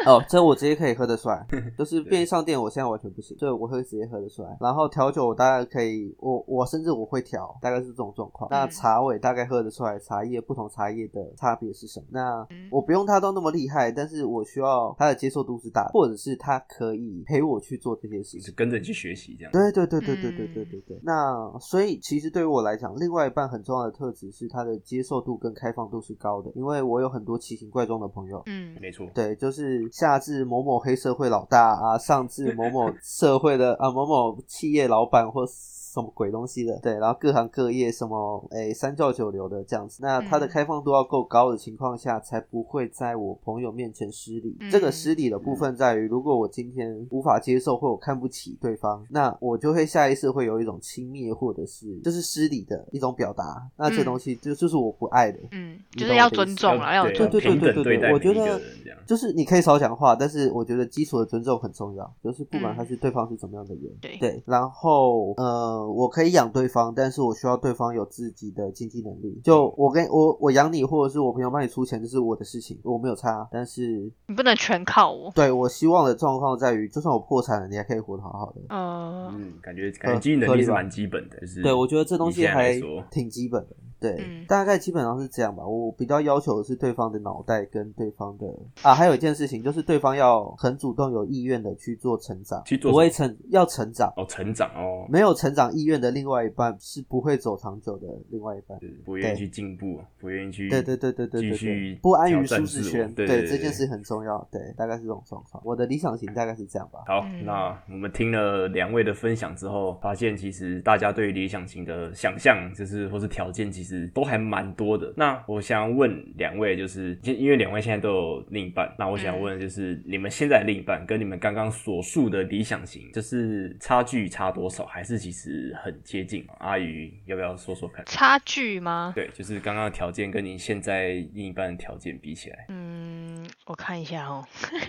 [SPEAKER 1] 哦，这我直接可以喝得出 来，就是便利商店我现在完全不行，所以我会直接喝得出来。然后调酒我大概可以，我我甚至我会调，大概是这种状况。那
[SPEAKER 3] 嗯
[SPEAKER 1] 茶我也大概喝得出来，茶叶不同茶叶的差别是什么？那我不用他都那么厉害，但是我需要他的接受度是大的，或者是他可以陪我去做这些事情
[SPEAKER 4] 就是。跟着你去学习这样。
[SPEAKER 1] 对对对对对对对
[SPEAKER 3] 嗯
[SPEAKER 1] 对对。那所以其实对于我来讲，另外一半很重要的特质是他的接受度跟开放度是高的，因为我有很多奇形怪状的朋友。
[SPEAKER 3] 嗯，
[SPEAKER 4] 没错，
[SPEAKER 1] 对，就是下至某某黑社会老大啊，上至某 某社会的啊某某企业老板或什么鬼东西的，对，然后各行各业什么诶三教九流的这样子，那他的
[SPEAKER 3] 嗯
[SPEAKER 1] 开放度要够高的情况下，才不会在我朋友面前失礼。这个
[SPEAKER 3] 嗯
[SPEAKER 1] 失礼的部分在于，如果我今天无法接受或我看不起对方，那我就会下意识会有一种轻蔑或者是就是失礼的一种表达，那这
[SPEAKER 3] 嗯
[SPEAKER 1] 东西就就是我不爱的。
[SPEAKER 3] 嗯，
[SPEAKER 1] 你
[SPEAKER 3] 就
[SPEAKER 1] 懂
[SPEAKER 3] 是要
[SPEAKER 1] 我的意
[SPEAKER 3] 尊
[SPEAKER 1] 思
[SPEAKER 3] 重啊了，要有
[SPEAKER 4] 对啊
[SPEAKER 1] 对
[SPEAKER 3] 尊
[SPEAKER 1] 对对
[SPEAKER 3] 重。
[SPEAKER 1] 对
[SPEAKER 4] 平
[SPEAKER 1] 对
[SPEAKER 4] 等对待
[SPEAKER 1] 对，我觉
[SPEAKER 4] 每一个
[SPEAKER 1] 得
[SPEAKER 4] 人这样
[SPEAKER 1] 就是你可以少讲话，但是我觉得基础的尊重很重要，就是不管
[SPEAKER 3] 嗯
[SPEAKER 1] 他是对方是怎么样的人，
[SPEAKER 3] 对
[SPEAKER 1] 对，然后呃，我可以养对方，但是我需要对方有自己的经济能力。就我跟我我养你，或者是我朋友帮你出钱，这是我的事情，我没有差。但是
[SPEAKER 3] 你不能全靠我。
[SPEAKER 1] 对我希望的状况在于，就算我破产了，你还可以活得好好的。
[SPEAKER 3] 呃，
[SPEAKER 4] 嗯，感觉感觉经营
[SPEAKER 1] 合
[SPEAKER 4] 能
[SPEAKER 1] 理
[SPEAKER 4] 力是
[SPEAKER 1] 吧
[SPEAKER 4] 蛮基本的，就是
[SPEAKER 1] 对，我觉得这东
[SPEAKER 4] 以
[SPEAKER 1] 西
[SPEAKER 4] 现在来
[SPEAKER 1] 还
[SPEAKER 4] 说
[SPEAKER 1] 挺基本的。对，
[SPEAKER 3] 嗯
[SPEAKER 1] 大概基本上是这样吧。我比较要求的是对方的脑袋跟对方的啊，还有一件事情就是对方要很主动、有意愿的去做成长，
[SPEAKER 4] 去做
[SPEAKER 1] 不会
[SPEAKER 4] 什
[SPEAKER 1] 成要成长，
[SPEAKER 4] 哦，成长哦，
[SPEAKER 1] 没有成长意愿的另外一半是不会走长久的另外一半。
[SPEAKER 4] 就是不愿意
[SPEAKER 1] 对
[SPEAKER 4] 去进步，不愿意去
[SPEAKER 1] 对对对对对对
[SPEAKER 4] 继
[SPEAKER 1] 对
[SPEAKER 4] 续，
[SPEAKER 1] 不安于
[SPEAKER 4] 挑战
[SPEAKER 1] 舒适
[SPEAKER 4] 自我
[SPEAKER 1] 圈，
[SPEAKER 4] 对
[SPEAKER 1] 这件事。很重要。对，大概是这种状况。我的理想型大概是这样吧。
[SPEAKER 4] 好，
[SPEAKER 3] 嗯
[SPEAKER 4] 那我们听了两位的分享之后，发现其实大家对于理想型的想象，就是或是条件，其实都还蛮多的。那我想问两位，就是因因为两位现在都有另一半，那我想问，就是你们现在的另一半跟你们刚刚所述的理想型，就是差距差多少，还是其实很接近？啊阿宇要不要说 说看？
[SPEAKER 3] 差距吗？
[SPEAKER 4] 对，就是刚刚的条件跟你现在另一半的条件比起来，
[SPEAKER 3] 嗯，我看一下哦，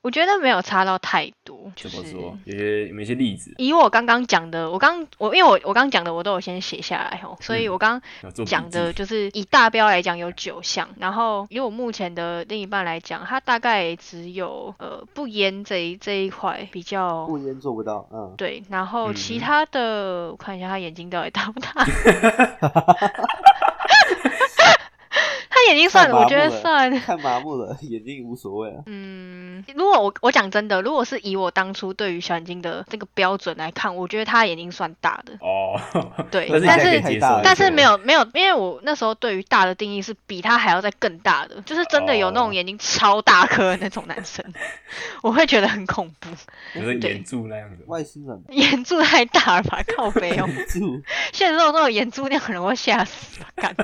[SPEAKER 3] 我觉得没有差到太多，就
[SPEAKER 4] 怎
[SPEAKER 3] 是
[SPEAKER 4] 么 说？有些有没有一些例子？
[SPEAKER 3] 以我刚刚讲的，我刚我因为我我刚讲的我都有先写下来哦，所以
[SPEAKER 4] 嗯
[SPEAKER 3] 我刚
[SPEAKER 4] 要做笔
[SPEAKER 3] 讲的
[SPEAKER 4] 记
[SPEAKER 3] 就是以大标来讲有九项，然后以我目前的另一半来讲，他大概只有呃不烟这一这一块比较
[SPEAKER 5] 不烟做不到， 嗯，
[SPEAKER 3] 对，然后
[SPEAKER 4] 嗯
[SPEAKER 3] 其
[SPEAKER 4] 哼
[SPEAKER 3] 他的、我看一下他眼睛到底大不大，他眼睛算
[SPEAKER 5] 看
[SPEAKER 3] 了，
[SPEAKER 5] 麻
[SPEAKER 3] 我
[SPEAKER 5] 木
[SPEAKER 3] 觉得
[SPEAKER 5] 了
[SPEAKER 3] 算。
[SPEAKER 5] 看麻木了，眼睛无所
[SPEAKER 1] 啊
[SPEAKER 5] 谓了。
[SPEAKER 3] 嗯，如果我我讲真的，如果是以我当初对于小眼睛的这个标准来看，我觉得他眼睛算大的。
[SPEAKER 4] 哦，
[SPEAKER 3] 对
[SPEAKER 4] 但是
[SPEAKER 3] 但
[SPEAKER 4] 你
[SPEAKER 3] 是
[SPEAKER 4] 现在可以接
[SPEAKER 5] 太大
[SPEAKER 4] 受
[SPEAKER 5] 了，
[SPEAKER 3] 但是没有没有，因为我那时候对于大的定义是比他还要再更大的，就是真的有那
[SPEAKER 4] 哦
[SPEAKER 3] 种眼睛超大颗的那种男 生，我会觉得很恐怖，
[SPEAKER 4] 就是
[SPEAKER 3] 对
[SPEAKER 4] 眼柱那样子。
[SPEAKER 5] 外星人
[SPEAKER 3] 眼珠太大了吧，靠背 哦，
[SPEAKER 5] 住，
[SPEAKER 3] 现实中那种眼珠那样的人我会吓死吧，干。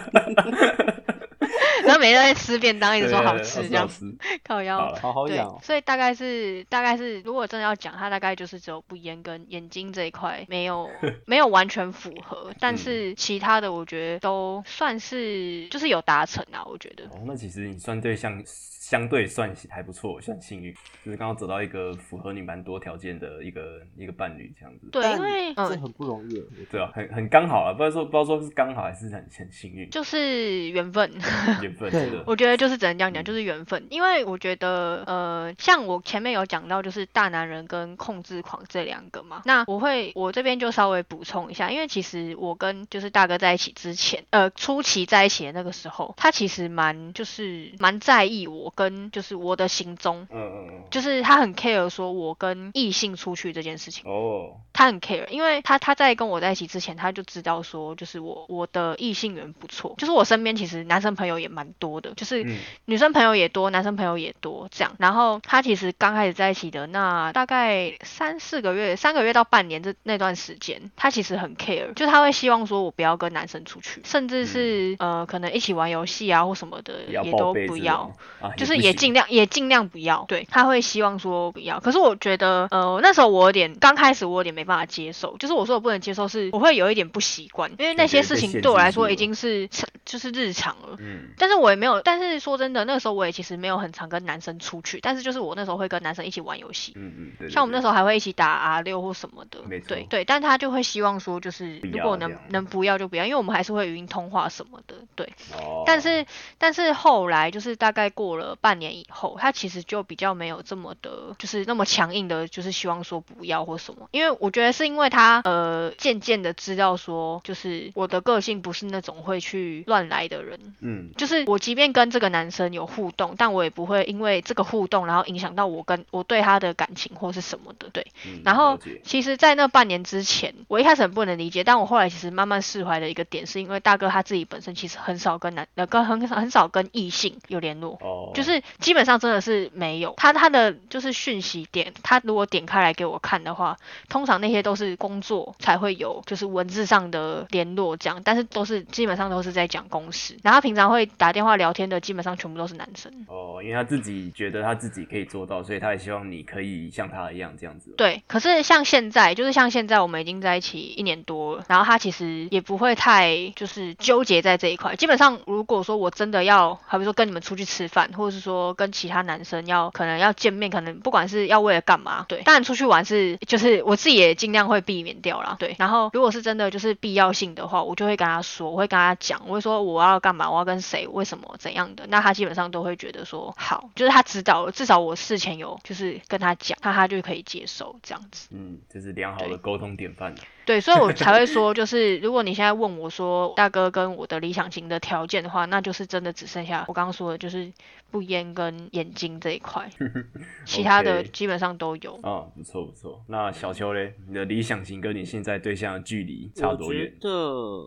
[SPEAKER 3] 然后每天在吃便当，一直说好吃这样，
[SPEAKER 4] 子。
[SPEAKER 3] 靠
[SPEAKER 4] 好
[SPEAKER 3] 腰。
[SPEAKER 4] 了，
[SPEAKER 5] 好好
[SPEAKER 3] 对
[SPEAKER 5] 养哦，。
[SPEAKER 3] 所以大概是大概是，如果真的要讲，他大概就是只有不烟跟眼睛这一块没 有没有完全符合，
[SPEAKER 4] 嗯
[SPEAKER 3] 但是其他的我觉得都算是就是有达成啊，我觉得。
[SPEAKER 4] 哦，那其实你算对象相对算还不错，算幸运，就是刚好找到一个符合你蛮多条件的一个一个伴侣这样子。
[SPEAKER 3] 对，
[SPEAKER 5] 但
[SPEAKER 3] 因为
[SPEAKER 5] 这
[SPEAKER 3] 嗯，
[SPEAKER 5] 很不容易，我觉
[SPEAKER 4] 对
[SPEAKER 5] 得
[SPEAKER 4] 啊，很很刚好啊，不知道说不知道说是刚好还是很很幸运，
[SPEAKER 3] 就是缘分。
[SPEAKER 4] 缘分
[SPEAKER 5] 对
[SPEAKER 4] 真的。
[SPEAKER 3] 我觉得就是只能这样讲，
[SPEAKER 4] 嗯
[SPEAKER 3] 就是缘分。因为我觉得，呃，像我前面有讲到，就是大男人跟控制狂这两个嘛。那我会，我这边就稍微补充一下，因为其实我跟就是大哥在一起之前，呃，初期在一起的那个时候，他其实蛮就是蛮在意我跟就是我的行踪。
[SPEAKER 4] 嗯嗯嗯。
[SPEAKER 3] 就是他很 care 说我跟异性出去这件事情，
[SPEAKER 4] 哦，
[SPEAKER 3] 他很 care，因为他他在跟我在一起之前，他就知道说，就是我我的异性缘不错，就是我身边其实男生朋友也蛮多的，就是
[SPEAKER 4] 嗯，
[SPEAKER 3] 女生朋友也多，男生朋友也多，这样。然后他其实刚开始在一起的那大概三四个月，三个月到半年这那段时间，他其实很 care，就他会希望说我不要跟男生出去，甚至是、呃可能一起玩游戏啊或什么的
[SPEAKER 4] 也要
[SPEAKER 3] 也
[SPEAKER 4] 嗯报
[SPEAKER 3] 都
[SPEAKER 4] 备
[SPEAKER 3] 不
[SPEAKER 4] 之类
[SPEAKER 3] 要。
[SPEAKER 4] 的啊，
[SPEAKER 3] 就是
[SPEAKER 4] 不
[SPEAKER 3] 也
[SPEAKER 4] 行
[SPEAKER 3] 尽量也尽量不要，对他会希望说不要。可是我觉得，呃，那时候我有点刚开始我有点没办法接受，就是我说我不能接受是，我会有一点不习惯，因为那
[SPEAKER 4] 就觉
[SPEAKER 3] 些
[SPEAKER 4] 得
[SPEAKER 3] 事
[SPEAKER 4] 被
[SPEAKER 3] 情
[SPEAKER 4] 限
[SPEAKER 3] 对我
[SPEAKER 4] 制
[SPEAKER 3] 来
[SPEAKER 4] 住
[SPEAKER 3] 说已
[SPEAKER 4] 了
[SPEAKER 3] 经是就是日常了。
[SPEAKER 4] 嗯
[SPEAKER 3] 但是我也没有，但是说真的，那时候我也其实没有很常跟男生出去，但是就是我那时候会跟男生一起玩游戏，
[SPEAKER 4] 嗯嗯，对。
[SPEAKER 3] 像我们那时
[SPEAKER 4] 候
[SPEAKER 3] 候还会一起打 R 六或什么的
[SPEAKER 4] 没，错
[SPEAKER 3] 对对，但他就会希望说，就是
[SPEAKER 4] 不
[SPEAKER 3] 如
[SPEAKER 4] 要
[SPEAKER 3] 果
[SPEAKER 4] 这
[SPEAKER 3] 能
[SPEAKER 4] 样
[SPEAKER 3] 能不要就不要，因为我们还是会语音通话什么的，对。，
[SPEAKER 4] 哦
[SPEAKER 3] 但是但是后来就是大概过了半年以后，他其实就比较没有这么的，就是那么强硬的，就是希望说不要或什么。因为我觉得是因为他呃渐渐的知道说，就是我的个性不是那种会去乱来的人，
[SPEAKER 4] 嗯，
[SPEAKER 3] 就是我即便跟这个男生有互动，但我也不会因为这个互动然后影响到我跟我对他的感情或是什么的。对，
[SPEAKER 4] 嗯
[SPEAKER 3] 然后
[SPEAKER 4] 了解
[SPEAKER 3] 其实，在那半年之前，我一开始很不能理解，但我后来其实慢慢释怀的一个点，是因为大哥他自己本身其实很少跟男呃跟很很少跟异性有联络。
[SPEAKER 4] 哦，
[SPEAKER 3] 就是基本上真的是没有他他的就是讯息点，他如果点开来给我看的话，通常那些都是工作才会有，就是文字上的联络这样，但是都是基本上都是在讲公事，然后他平常会打电话聊天的，基本上全部都是男生。
[SPEAKER 4] 哦，因为他自己觉得他自己可以做到，所以他也希望你可以像他一样这样子。哦
[SPEAKER 3] 对，可是像现在，就是像现在我们已经在一起一年多了，然后他其实也不会太就是纠结在这一块。基本上，如果说我真的要，好比说跟你们出去吃饭，或者是说跟其他男生要可能要见面，可能不管是要为了干嘛，对，当然出去玩是就是我自己也尽量会避免掉啦，对。然后如果是真的就是必要性的话，我就会跟他说，我会跟他讲，我会说我要干嘛，我要跟谁，为什么怎样的，那他基本上都会觉得说好，就是他知道了，至少我事前有就是跟他讲，那他就可以接受这样子。
[SPEAKER 4] 嗯，这是良好的
[SPEAKER 3] 对
[SPEAKER 4] 沟通典范。啊
[SPEAKER 3] 对，所以 我才会说，就是如果你现在问我说大哥跟我的理想型的条件的话，那就是真的只剩下我刚刚说的，就是不烟跟眼睛这一块，其他的
[SPEAKER 4] OK
[SPEAKER 3] 基本上都有。
[SPEAKER 4] 哦，不错不错。那小邱嘞，你的理想型跟你现在对象的距离差多远
[SPEAKER 1] 我觉？得，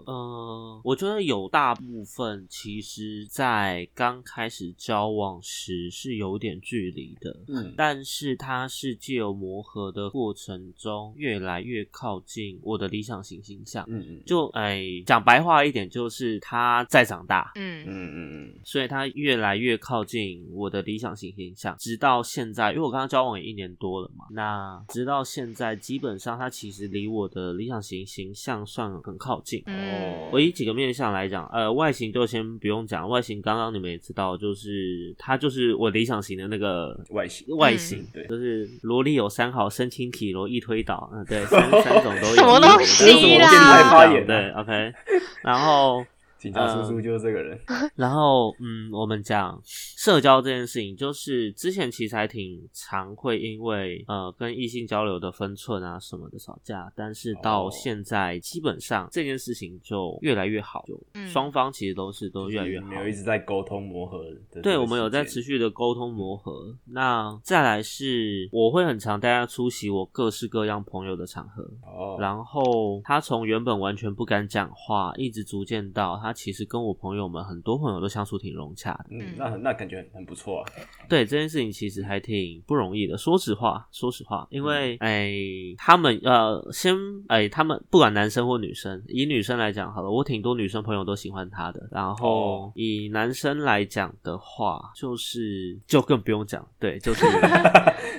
[SPEAKER 1] 呃，我觉得有大部分其实，在刚开始交往时是有点距离的，
[SPEAKER 4] 嗯
[SPEAKER 1] 但是它是借由磨合的过程中，越来越靠近我的理想型形象。
[SPEAKER 4] 嗯嗯
[SPEAKER 1] 就哎，讲白话一点，就是他在长大。
[SPEAKER 3] 嗯，
[SPEAKER 4] 嗯嗯嗯，
[SPEAKER 1] 所以他越来越靠近我的理想型形象，直到现在，因为我跟他交往也一年多了嘛，那直到现在，基本上他其实离我的理想型形象算很靠近。
[SPEAKER 4] 哦
[SPEAKER 3] 嗯，
[SPEAKER 1] 我以几个面向来讲，呃，外形就先不用讲，外形刚刚你们也知道，就是他就是我理想型的那个
[SPEAKER 4] 外形，
[SPEAKER 1] 外
[SPEAKER 3] 嗯
[SPEAKER 1] 形，
[SPEAKER 4] 对
[SPEAKER 1] 就是萝莉有三好，身轻体柔，一推倒，嗯， 对，三三种都有。
[SPEAKER 3] 什么东西啦
[SPEAKER 1] 这是我变态发言
[SPEAKER 4] 对
[SPEAKER 1] 对，OK。然后，
[SPEAKER 4] 警察叔叔就是这个人，
[SPEAKER 1] 然后，嗯，我们讲社交这件事情，就是之前其实还挺常会因为呃跟异性交流的分寸啊什么的吵架，但是到
[SPEAKER 4] 哦
[SPEAKER 1] 现在基本上这件事情就越来越好，就
[SPEAKER 3] 嗯
[SPEAKER 1] 双方其实都是都越来越好
[SPEAKER 4] 没，有一直在沟通磨合的这个时间。
[SPEAKER 1] 对，我们有在持续的沟通磨合。那再来是，我会很常带他出席我各式各样朋友的场合，
[SPEAKER 4] 哦，
[SPEAKER 1] 然后他从原本完全不敢讲话，一直逐渐到他其实跟我朋友们很多朋友都相处挺融洽的。
[SPEAKER 4] 嗯，那那感觉很很不错啊。
[SPEAKER 1] 对这件事情其实还挺不容易的。说实话，说实话，因为哎、他们呃，先哎、他们不管男生或女生，以女生来讲好了，我挺多女生朋友都喜欢他的。然后
[SPEAKER 4] 哦
[SPEAKER 1] 以男生来讲的话，就是就更不用讲，对，就是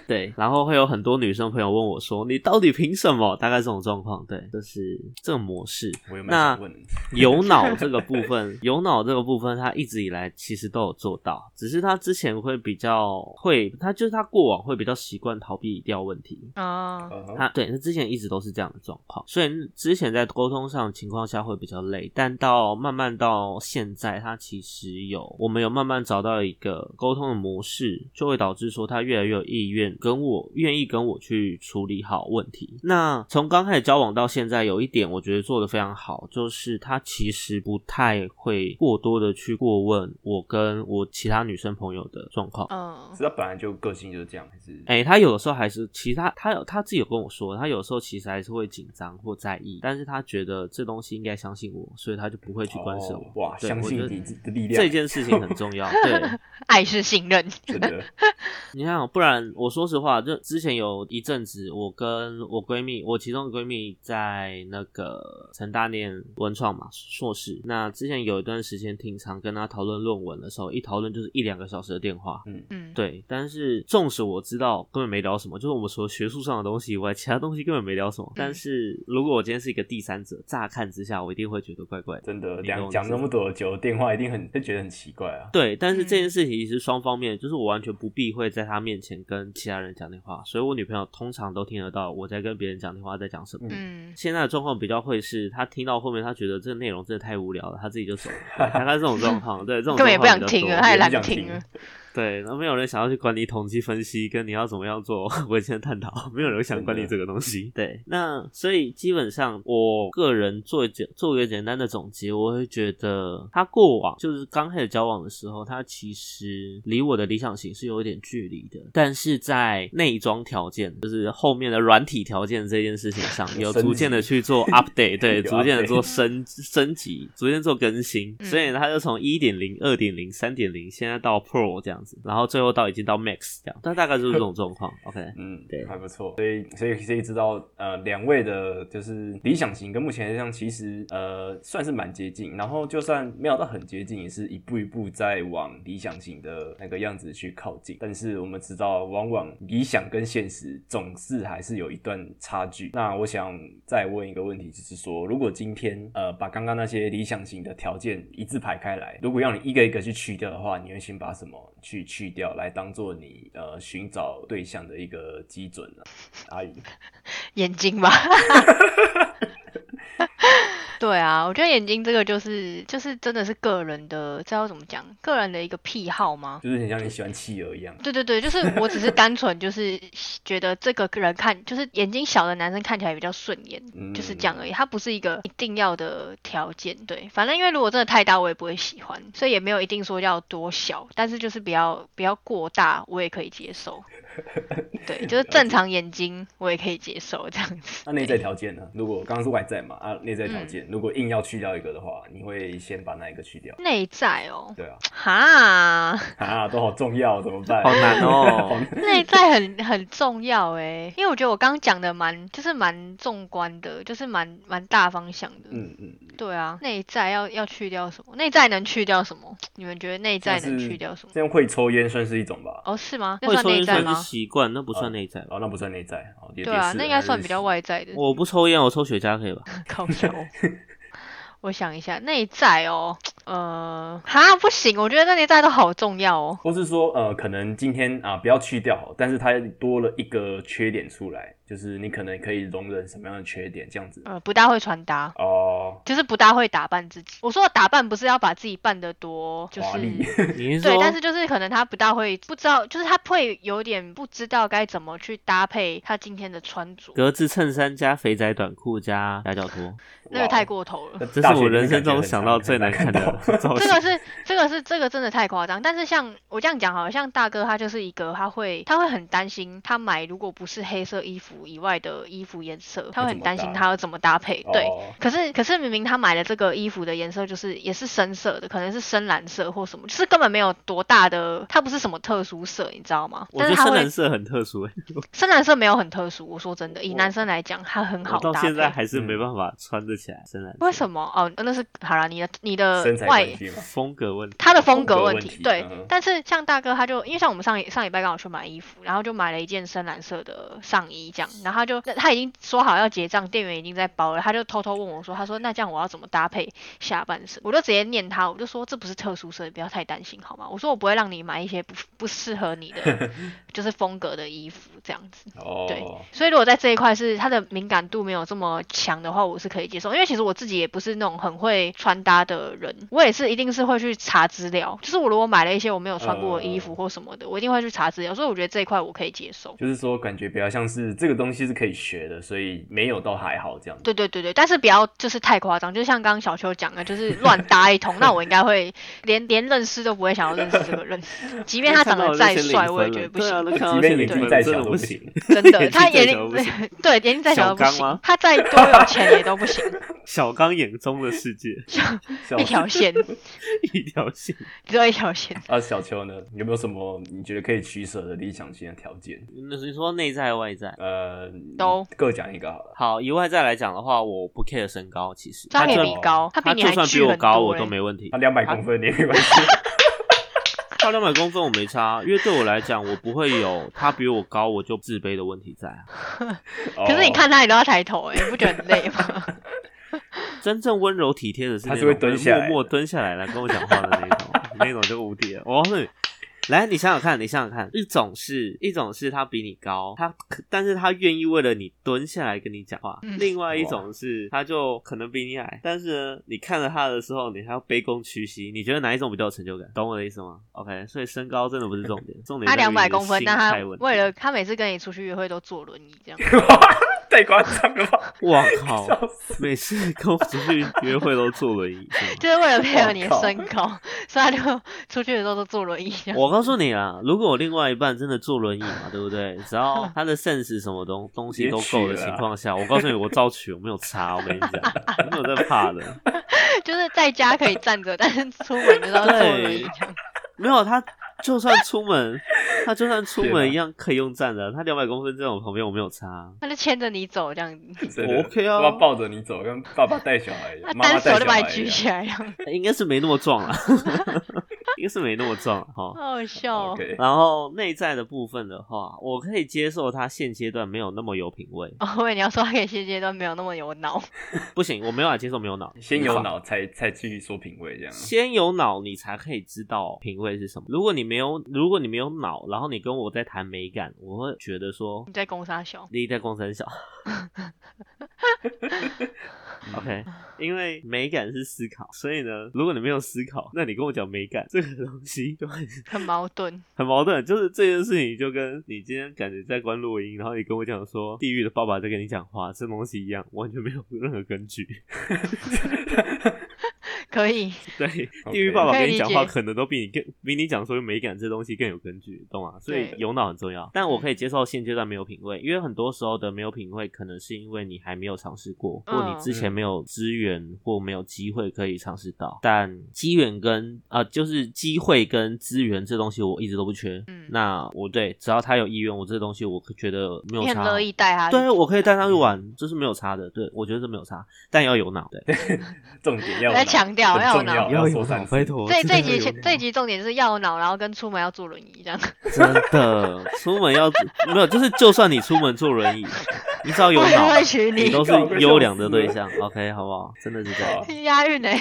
[SPEAKER 1] 对。然后会有很多女生朋友问我说：“你到底凭什么？”大概这种状况，对，就是这种模式。
[SPEAKER 4] 我有蛮
[SPEAKER 1] 那
[SPEAKER 4] 想问的，
[SPEAKER 1] 有脑这个部分，有脑这个部分，他一直以来其实都有做到，只是他之前会比较会，他就是他过往会比较习惯逃避掉问题。
[SPEAKER 3] 哦，
[SPEAKER 4] 嗯哼
[SPEAKER 1] 他对，他之前一直都是这样的状况，所以之前在沟通上的情况下会比较累，但到慢慢到现在，他其实有我们有慢慢找到一个沟通的模式，就会导致说他越来越有意愿跟我愿意跟我去处理好问题。那从刚开始交往到现在，有一点我觉得做的非常好，就是他其实不太会过多的去过问我跟我其他女生朋友的状况。
[SPEAKER 3] 嗯，
[SPEAKER 4] 是他本来就个性就是这样，还是
[SPEAKER 1] 哎、他有的时候还是，其实他他有他自己有跟我说，他有时候其实还是会紧张或在意，但是他觉得这东西应该相信我，所以他就不会去干涉我。
[SPEAKER 4] 哦哇，
[SPEAKER 1] 对
[SPEAKER 4] 相信
[SPEAKER 1] 我觉
[SPEAKER 4] 你
[SPEAKER 1] 得
[SPEAKER 4] 的力量，
[SPEAKER 1] 这件事情很重要。对，
[SPEAKER 3] 爱是信 任，
[SPEAKER 4] 真的
[SPEAKER 1] 你看哦，不然我说实话，就之前有一阵子，我跟我闺蜜，我其中一个闺蜜在那个成大念文创嘛，硕士。那之前有一段时间，挺常跟她讨论论文的时候，一讨论就是一两个小时的电话。
[SPEAKER 3] 嗯，
[SPEAKER 1] 对，但是纵使我知道根本没聊什么，就是我们除了学术上的东西以外，其他东西根本没聊什么。
[SPEAKER 3] 嗯
[SPEAKER 1] 但是如果我今天是一个第三者，乍看之下，我一定会觉得怪怪的。
[SPEAKER 4] 真
[SPEAKER 1] 你
[SPEAKER 4] 的
[SPEAKER 1] 懂
[SPEAKER 4] 讲
[SPEAKER 1] 我
[SPEAKER 4] 讲
[SPEAKER 1] 意思
[SPEAKER 4] 那么多久电话，一定很 会觉得很奇怪啊。
[SPEAKER 1] 对，但是
[SPEAKER 3] 嗯
[SPEAKER 1] 这件事情其实双方面，就是我完全不避讳在他面前跟其他人讲电话，所以我女朋友通常都听得到我在跟别人讲电话在讲什么。
[SPEAKER 3] 嗯，
[SPEAKER 1] 现在的状况比较会是，她听到后面，她觉得这个内容真的太无聊了，她自己就走了。对大概这种状况，对这种
[SPEAKER 3] 根本也不
[SPEAKER 1] 状
[SPEAKER 3] 想
[SPEAKER 1] 况比较
[SPEAKER 3] 听
[SPEAKER 1] 多
[SPEAKER 3] 了，他也
[SPEAKER 4] 也不
[SPEAKER 3] 懒
[SPEAKER 4] 想
[SPEAKER 3] 得听
[SPEAKER 4] 听
[SPEAKER 3] 了，
[SPEAKER 1] 对，那没有人想要去管理统计分析，跟你要怎么样做 文献探讨，没有人想管理这个东西。对，那所以基本上，我个人做一简做一个简单的总结，我会觉得他过往就是刚开始交往的时候，他其实离我的理想型是有一点距离的，但是在内装条件，就是后面的软体条件这件事情 上，有
[SPEAKER 4] 升级
[SPEAKER 1] 逐渐的去做 update，对，
[SPEAKER 4] 有
[SPEAKER 1] 逐渐的
[SPEAKER 4] update
[SPEAKER 1] 做升升级，逐渐做更新，
[SPEAKER 3] 嗯
[SPEAKER 1] 所以它就从一点零、二点零、三点零，现在到 Pro 这样子，然后最后到已经到 Max 这样，但大概就是这种状 况。OK，
[SPEAKER 4] 嗯，
[SPEAKER 1] 对
[SPEAKER 4] 还不错。所以，所以可以知道，呃，两位的就是理想型跟目前的像其实呃算是蛮接近，然后就算没有到很接近，也是一步一步在往理想型的那个样子去靠近。但是我们知道，往往理想跟现实总是还是有一段差距。那我想再问一个问题，就是说，如果今天呃把刚刚那些理想型的条件一字排开来，如果要你一个一个去去掉的话，你会先把什么去去掉，来当做你呃寻找对象的一个基准呢、啊阿姨，
[SPEAKER 3] 眼睛 吧。对啊，我觉得眼睛这个就是就是真的是个人的，这要怎么讲？个人的一个癖好吗？
[SPEAKER 4] 就是很像你喜欢企鹅一样，
[SPEAKER 3] 对对对，就是我只是单纯就是觉得这个人看，就是眼睛小的男生看起来比较顺眼，
[SPEAKER 4] 嗯
[SPEAKER 3] 就是这样而已。它不是一个一定要的条件，对。反正因为如果真的太大，我也不会喜欢， 所以也没有一定说要多小，但是就是不要不要过大，我也可以接受。对，就是正常眼睛我也可以接受这样子。
[SPEAKER 4] 那内在
[SPEAKER 3] 对
[SPEAKER 4] 条件呢？如果刚刚是外在嘛，啊，内在条件，如果硬要去掉一个的话，你会先把哪一个去掉？
[SPEAKER 3] 内在哦，
[SPEAKER 4] 对啊，
[SPEAKER 3] 哈，
[SPEAKER 4] 啊，都好重要，怎么办？
[SPEAKER 1] 好难 哦
[SPEAKER 3] 内在很很重要诶，因为我觉得我刚刚讲的蛮就是蛮纵观的，就是蛮蛮大方向的。
[SPEAKER 4] 嗯嗯，
[SPEAKER 3] 对啊，内在要要去掉什么？内在能去掉什么？你们觉得内在能
[SPEAKER 4] 像是
[SPEAKER 3] 去掉什么？
[SPEAKER 4] 这样会抽烟算是一种吧？
[SPEAKER 3] 哦，是吗？那
[SPEAKER 1] 会
[SPEAKER 3] 算
[SPEAKER 1] 抽
[SPEAKER 3] 内
[SPEAKER 1] 烟
[SPEAKER 3] 在
[SPEAKER 1] 算是
[SPEAKER 3] 吗？
[SPEAKER 1] 习惯，那不算内在吧？
[SPEAKER 4] 哦，那不算内在，哦，也
[SPEAKER 3] 对
[SPEAKER 4] 也
[SPEAKER 3] 啊，
[SPEAKER 4] 是
[SPEAKER 3] 那应该
[SPEAKER 4] 还是
[SPEAKER 3] 算比较外
[SPEAKER 4] 哦
[SPEAKER 3] 在的。
[SPEAKER 1] 我不抽烟，我抽雪茄可以 吧？
[SPEAKER 3] 靠 腰。我想一下，内在哦，呃，哈，不行，我觉得那内在都好重要哦。
[SPEAKER 4] 或是说，呃，可能今天啊、不要去掉好，但是它多了一个缺点出来，就是你可能可以容忍什么样的缺点这样子。
[SPEAKER 3] 呃，不大会穿搭，
[SPEAKER 4] 哦，
[SPEAKER 3] 就是不大会打扮自己。我说的打扮不是要把自己扮得多，就
[SPEAKER 4] 华丽
[SPEAKER 3] 是
[SPEAKER 1] 你是
[SPEAKER 3] 对，但是
[SPEAKER 1] 说
[SPEAKER 3] 就是可能他不大会，不知道，就是他会有点不知道该怎么去搭配他今天的穿着，
[SPEAKER 1] 格子衬衫加肥宅短裤加夹脚拖，
[SPEAKER 3] 那个
[SPEAKER 1] 哦
[SPEAKER 3] 太过头了。
[SPEAKER 1] 这
[SPEAKER 4] 大
[SPEAKER 1] 是
[SPEAKER 4] 学
[SPEAKER 1] 我
[SPEAKER 4] 里面
[SPEAKER 1] 人生
[SPEAKER 4] 感觉
[SPEAKER 1] 中
[SPEAKER 4] 很
[SPEAKER 1] 想
[SPEAKER 4] 常
[SPEAKER 1] 到
[SPEAKER 4] 很
[SPEAKER 1] 最
[SPEAKER 4] 难
[SPEAKER 1] 难看
[SPEAKER 4] 到
[SPEAKER 1] 的造
[SPEAKER 3] 这
[SPEAKER 1] 型。
[SPEAKER 3] 个是这个是这个真的太夸张，但是像我这样讲好了，像大哥他就是一个他会他会很担心他买如果不是黑色衣服以外的衣服颜色，他会很担心他要怎么搭配。对，
[SPEAKER 4] 哦
[SPEAKER 3] 可是可是明明他买的这个衣服的颜色就是也是深色的，可能是深蓝色或什么，就是根本没有多大的，它不是什么特殊色，你知道吗？
[SPEAKER 1] 我
[SPEAKER 3] 但
[SPEAKER 1] 觉得
[SPEAKER 3] 是他
[SPEAKER 1] 深
[SPEAKER 3] 会
[SPEAKER 1] 蓝色很特殊、欸，
[SPEAKER 3] 深蓝色没有很特殊，我说真的，以男生来讲，它很
[SPEAKER 1] 我
[SPEAKER 3] 好
[SPEAKER 1] 到
[SPEAKER 3] 搭
[SPEAKER 1] 现在
[SPEAKER 3] 配。
[SPEAKER 1] 还是没
[SPEAKER 4] 嗯
[SPEAKER 1] 办法穿得起来深蓝色。
[SPEAKER 3] 为什么？哦，那是好了，你的你的
[SPEAKER 4] 身材
[SPEAKER 3] 呃外
[SPEAKER 4] 关系嘛。
[SPEAKER 1] 风格问题，
[SPEAKER 3] 他的
[SPEAKER 4] 风
[SPEAKER 3] 风
[SPEAKER 4] 格
[SPEAKER 3] 格问
[SPEAKER 4] 问
[SPEAKER 3] 题，
[SPEAKER 4] 题
[SPEAKER 3] 对。
[SPEAKER 4] 嗯
[SPEAKER 3] 但是像大哥他就，因为像我们上一上礼拜刚好去买衣服，然后就买了一件深蓝色的上衣这样，然后他就那他已经说好要结账，店员已经在包了，他就偷偷问我说，他说那这样我要怎么搭配下半身？我就直接念他，我就说这不是特殊色，你不要太担心好吗？我说我不会让你买一些不不适合你 的就是风格的衣服这样子。
[SPEAKER 4] 哦，
[SPEAKER 3] 对所以如果在这一块是他的敏感度没有这么强的话，我是可以接受，因为其实我自己也不是那种很会穿搭的人，我也是一定是会去查资料，就是我如果买了一些我没有穿过的衣服
[SPEAKER 4] 呃
[SPEAKER 3] 或什么的，我一定会去查资料，所以我觉得这一块我可以接受。
[SPEAKER 4] 就是说感觉比较像是这个东西是可以学的，所以没有倒还好这样子。
[SPEAKER 3] 对对对对，但是不要就是太夸张，就像刚刚小秋讲的，就是乱搭一通，那我应该会连连认识都不会想要认识这个人，即便他长得再帅，我也觉得不
[SPEAKER 1] 对啊，
[SPEAKER 3] 行。
[SPEAKER 1] 那看到
[SPEAKER 4] 即
[SPEAKER 1] 那些
[SPEAKER 4] 便
[SPEAKER 1] 零
[SPEAKER 4] 眼
[SPEAKER 1] 分
[SPEAKER 4] 睛再
[SPEAKER 1] 真
[SPEAKER 4] 小
[SPEAKER 1] 的
[SPEAKER 4] 都
[SPEAKER 1] 不
[SPEAKER 4] 不
[SPEAKER 1] 行。
[SPEAKER 3] 真
[SPEAKER 4] 行，
[SPEAKER 3] 的，
[SPEAKER 1] 眼睛
[SPEAKER 3] 他
[SPEAKER 1] 再
[SPEAKER 3] 眼
[SPEAKER 1] 小都不行
[SPEAKER 3] 睛对眼睛再小
[SPEAKER 1] 小
[SPEAKER 3] 都不
[SPEAKER 1] 刚
[SPEAKER 3] 行
[SPEAKER 1] 吗，
[SPEAKER 3] 他再多有钱也都不 行，
[SPEAKER 1] 小刚眼中的世界，
[SPEAKER 4] 小
[SPEAKER 1] 啊
[SPEAKER 3] 一条线，
[SPEAKER 1] 一条线。
[SPEAKER 3] 只有一条线。
[SPEAKER 4] 啊，小秋呢，有没有什么你觉得可以取舍的理想型的条件？
[SPEAKER 1] 那你说内在外在？
[SPEAKER 4] 呃，
[SPEAKER 3] 都
[SPEAKER 4] 各讲一个好了。
[SPEAKER 1] 好，以外在来讲的话，我不 care 身高，其实
[SPEAKER 3] 他
[SPEAKER 1] 他
[SPEAKER 3] 可以
[SPEAKER 1] 就
[SPEAKER 3] 比你高，他比
[SPEAKER 1] 他
[SPEAKER 3] 你
[SPEAKER 1] 就
[SPEAKER 3] 还
[SPEAKER 1] 算比
[SPEAKER 3] 巨
[SPEAKER 1] 我
[SPEAKER 3] 很
[SPEAKER 1] 高，
[SPEAKER 3] 多
[SPEAKER 1] 我
[SPEAKER 3] 欸
[SPEAKER 1] 都没问题
[SPEAKER 4] 他。两百公分你也没关系，
[SPEAKER 3] 啊
[SPEAKER 1] 他两百公分我没差，因为对我来讲，我不会有他比我高我就自卑的问题在啊。
[SPEAKER 4] 可
[SPEAKER 3] 可是你看他，你都要抬头、欸，哎，你不觉得很累吗？
[SPEAKER 1] 真正温柔体贴的是那种
[SPEAKER 4] 他是会蹲下来的
[SPEAKER 1] 默默蹲下来来跟我讲话的那种，那种就无敌了。我告诉你，来，你想想看，你想想看，一种是一种是他比你高，他可但是他愿意为了你蹲下来跟你讲话；，
[SPEAKER 3] 嗯
[SPEAKER 1] 另外一种是他就可能比你矮，但是呢，你看着他的时候，你还要卑躬屈膝。你觉得哪一种比较有成就感？懂我的意思吗？OK，所以身高真的不是重点，重点
[SPEAKER 3] 他
[SPEAKER 1] 在于
[SPEAKER 3] 两
[SPEAKER 1] 你
[SPEAKER 3] 百
[SPEAKER 1] 的
[SPEAKER 3] 公分，
[SPEAKER 1] 心
[SPEAKER 3] 但他
[SPEAKER 1] 态问题
[SPEAKER 3] 为了他每次跟你出去约会都坐轮椅这样，
[SPEAKER 4] 太夸张了吧？
[SPEAKER 1] 哇靠，
[SPEAKER 4] 笑死！
[SPEAKER 1] 每次跟我出去约会都坐轮椅，是吗
[SPEAKER 3] 就是为了配合你的
[SPEAKER 4] 我靠
[SPEAKER 3] 身高， 所以他就出去的时候都坐轮椅这样。
[SPEAKER 1] 我告诉你啦，如果我另外一半真的坐轮椅嘛，对不对？只要他的 sense 什么东东西都够的情
[SPEAKER 4] 啊
[SPEAKER 1] 况下，我告诉你，我照取，我没有差，我跟你讲，我没有在怕的。
[SPEAKER 3] 就是在家可以站着，但是出门就是要坐轮椅这样。
[SPEAKER 1] 没有他，就算出门，他就算出
[SPEAKER 4] 对啊
[SPEAKER 1] 门一样可以用站的。他两百公分在我旁边，我没有差。
[SPEAKER 3] 他就牵着你走这样子，
[SPEAKER 4] 真的
[SPEAKER 1] 我 OK 啊
[SPEAKER 4] 妈妈抱着你走，跟爸爸带小孩一
[SPEAKER 3] 他
[SPEAKER 4] 样，妈妈
[SPEAKER 3] 单
[SPEAKER 4] 带
[SPEAKER 3] 手
[SPEAKER 4] 小
[SPEAKER 3] 就把
[SPEAKER 4] 孩
[SPEAKER 3] 你举
[SPEAKER 4] 一样。
[SPEAKER 3] 起来这样，
[SPEAKER 1] 应该是没那么壮啦， 应该是没那么壮哈。齁
[SPEAKER 3] 好好笑哦。
[SPEAKER 4] OK，
[SPEAKER 1] 然后内在的部分的话，我可以接受他现阶段没有那么有品味，
[SPEAKER 3] 哦，我以为你要说他可以现阶段没有那么有脑，
[SPEAKER 1] 不行，我没办法接受没有脑。
[SPEAKER 4] 先有脑才才去说品味这样。
[SPEAKER 1] 先有脑，你才可以知道品味是什么。如果你没有，如果你没有脑，然后你跟我在谈美感，我会觉得说
[SPEAKER 3] 你在攻杀小。
[SPEAKER 1] 你在公三小。OK，因为美感是思考，所以呢，如果你没有思考，那你跟我讲美感这个东西就很
[SPEAKER 3] 很矛盾，
[SPEAKER 1] 很矛盾。就是这件事情，就跟你今天感觉在关录音，然后你跟我讲说地狱的爸爸在跟你讲话，这东西一样，完全没有任何根据。
[SPEAKER 3] 可以，
[SPEAKER 1] 对，
[SPEAKER 4] OK
[SPEAKER 1] 地狱爸爸
[SPEAKER 3] 可以
[SPEAKER 1] 跟你讲话，
[SPEAKER 3] 理解
[SPEAKER 1] 可能都比你更比你讲说美感这东西更有根据，懂吗？所以
[SPEAKER 3] 对嗯
[SPEAKER 1] 有脑很重要。但我可以接受现阶段没有品味，因为很多时候的没有品味，可能是因为你还没有尝试过，
[SPEAKER 3] 嗯
[SPEAKER 1] 或你之前没有资源或没有机会可以尝试到。但机缘跟啊、就是机会跟资源这东西，我一直都不缺。
[SPEAKER 3] 嗯
[SPEAKER 1] 那我对，只要他有意愿，我这东西我觉得没有
[SPEAKER 3] 你很
[SPEAKER 1] 差。
[SPEAKER 3] 乐意嗯带他去，
[SPEAKER 1] 对，我可以带他去玩，这是没有差的。对，我觉得这没有差，但要有脑。对，
[SPEAKER 4] 重点要有
[SPEAKER 3] 我在
[SPEAKER 4] 脑
[SPEAKER 3] 强调
[SPEAKER 4] 很
[SPEAKER 3] 要有
[SPEAKER 4] 重
[SPEAKER 3] 脑
[SPEAKER 4] 要，
[SPEAKER 1] 要
[SPEAKER 4] 说
[SPEAKER 1] 有
[SPEAKER 4] 三
[SPEAKER 1] 脑，
[SPEAKER 4] 次
[SPEAKER 1] 拜托。
[SPEAKER 3] 这
[SPEAKER 1] 真
[SPEAKER 3] 这
[SPEAKER 1] 的
[SPEAKER 3] 一集
[SPEAKER 1] 要有
[SPEAKER 3] 先
[SPEAKER 1] 脑
[SPEAKER 3] 这一集重点是要脑，然后跟出门要坐轮椅这样。
[SPEAKER 1] 真的，出门要没有，就是就算你出门坐 轮椅，你只要有
[SPEAKER 3] 我也
[SPEAKER 1] 脑，
[SPEAKER 3] 会娶你
[SPEAKER 1] 你都是优良的对象。OK，好不好？真的是这样。
[SPEAKER 3] 押韵哎、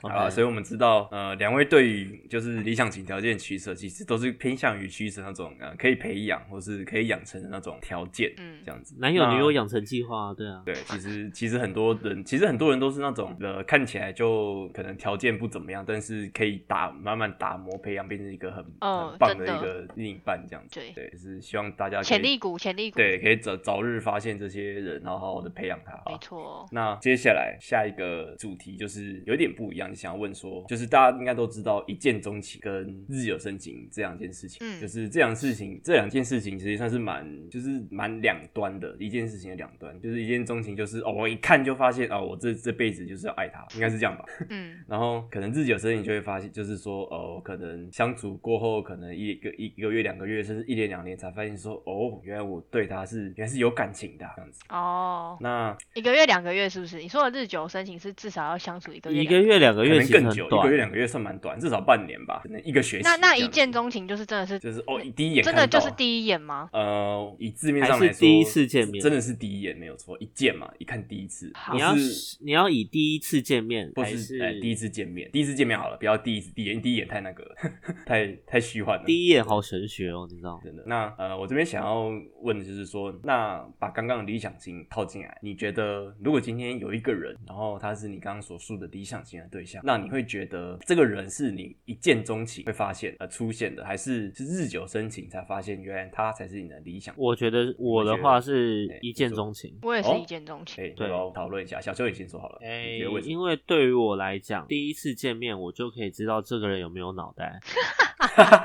[SPEAKER 1] OK
[SPEAKER 4] 啊，所以我们知道，呃，两位对于就是理想型条件取舍，其实都是偏向于取舍那种呃可以培养或是可以养成的那种条件，
[SPEAKER 3] 嗯
[SPEAKER 4] 这样子。
[SPEAKER 1] 男友
[SPEAKER 4] 那
[SPEAKER 1] 女友养成计划，对啊，
[SPEAKER 4] 对，其实其实很多人，其实很多人都是那种呃，看起来就可能条件不怎么样，但是可以打慢慢打磨，培养变成一个很、
[SPEAKER 3] 哦
[SPEAKER 4] 很棒的
[SPEAKER 3] 真
[SPEAKER 4] 一
[SPEAKER 3] 的
[SPEAKER 4] 个另一半这样子。
[SPEAKER 3] 对
[SPEAKER 4] 对，就是希望大家可以
[SPEAKER 3] 潜力股，潜力股，
[SPEAKER 4] 对，可以早早日发现这些人，然后好好的培养他。
[SPEAKER 3] 没错，
[SPEAKER 4] 那接下来下一个主题就是有点不一样，想要问说，就是大家应该都知道一见钟情跟日久生情这两件事情，
[SPEAKER 3] 嗯
[SPEAKER 4] 就是这两事情，这两件事情其实算是蛮，就是蛮两端的一件事情的两端，就是一见钟情就是哦，我一看就发现哦，我这这辈子就是要爱他，应该是这样吧。
[SPEAKER 3] 嗯，
[SPEAKER 4] 然后可能日久生情就会发现，就是说，哦，可能相处过后，可能一个一一个月、两个月，甚至一年、两年，才发现说，哦，原来我对他是原来是有感情的啊这样子。
[SPEAKER 3] 哦，
[SPEAKER 4] 那
[SPEAKER 3] 一个月两个月是不是？你说的日久生情是至少要相处一个月，
[SPEAKER 1] 一个。月两个
[SPEAKER 4] 可
[SPEAKER 1] 月
[SPEAKER 4] 能
[SPEAKER 1] 其实
[SPEAKER 4] 更
[SPEAKER 1] 很
[SPEAKER 4] 久，一
[SPEAKER 1] 短
[SPEAKER 4] 个月，两个月算蛮短，至少半年吧，可能一个学期这
[SPEAKER 3] 那
[SPEAKER 4] 样子。
[SPEAKER 3] 那一见钟情就是真的是，
[SPEAKER 4] 就是哦，第一眼
[SPEAKER 3] 真
[SPEAKER 4] 看
[SPEAKER 3] 的
[SPEAKER 4] 到
[SPEAKER 3] 就是第一眼吗？
[SPEAKER 4] 呃，以字面
[SPEAKER 1] 还
[SPEAKER 4] 上
[SPEAKER 1] 是
[SPEAKER 4] 来说，
[SPEAKER 1] 第一次见面
[SPEAKER 4] 真的是第一眼没有错，一见嘛，一看第一次，
[SPEAKER 3] 好
[SPEAKER 1] 你
[SPEAKER 4] 不
[SPEAKER 1] 要
[SPEAKER 4] 是
[SPEAKER 1] 你要以第一次见面
[SPEAKER 4] 不
[SPEAKER 1] 还
[SPEAKER 4] 是哎第一
[SPEAKER 1] 第
[SPEAKER 4] 次见面，第一次见面好了，不要第一次第一眼，第一眼太那个了， 太太虚幻了。
[SPEAKER 1] 一眼好神学哦，你知道吗？
[SPEAKER 4] 真的。那呃，我这边想要问的就是说，那把刚刚的理想型套进来，你觉得如果今天有一个人，然后他是你刚刚所述的理想型的对象，那你会觉得这个人是你一见钟情会发现呃出现的，还是是日久生情才发现原来他才是你的理想？
[SPEAKER 1] 我觉得我的话是一见钟情。
[SPEAKER 3] 我也是
[SPEAKER 4] 哦
[SPEAKER 3] 一见钟情。
[SPEAKER 4] 可以
[SPEAKER 1] 对
[SPEAKER 4] 对，我讨论一下。小秋你先说好了，
[SPEAKER 1] 哎
[SPEAKER 4] 你觉得为，什
[SPEAKER 1] 因
[SPEAKER 4] 么？
[SPEAKER 1] 为对于我来讲，第一次见面我就可以知道这个人有没有脑 袋，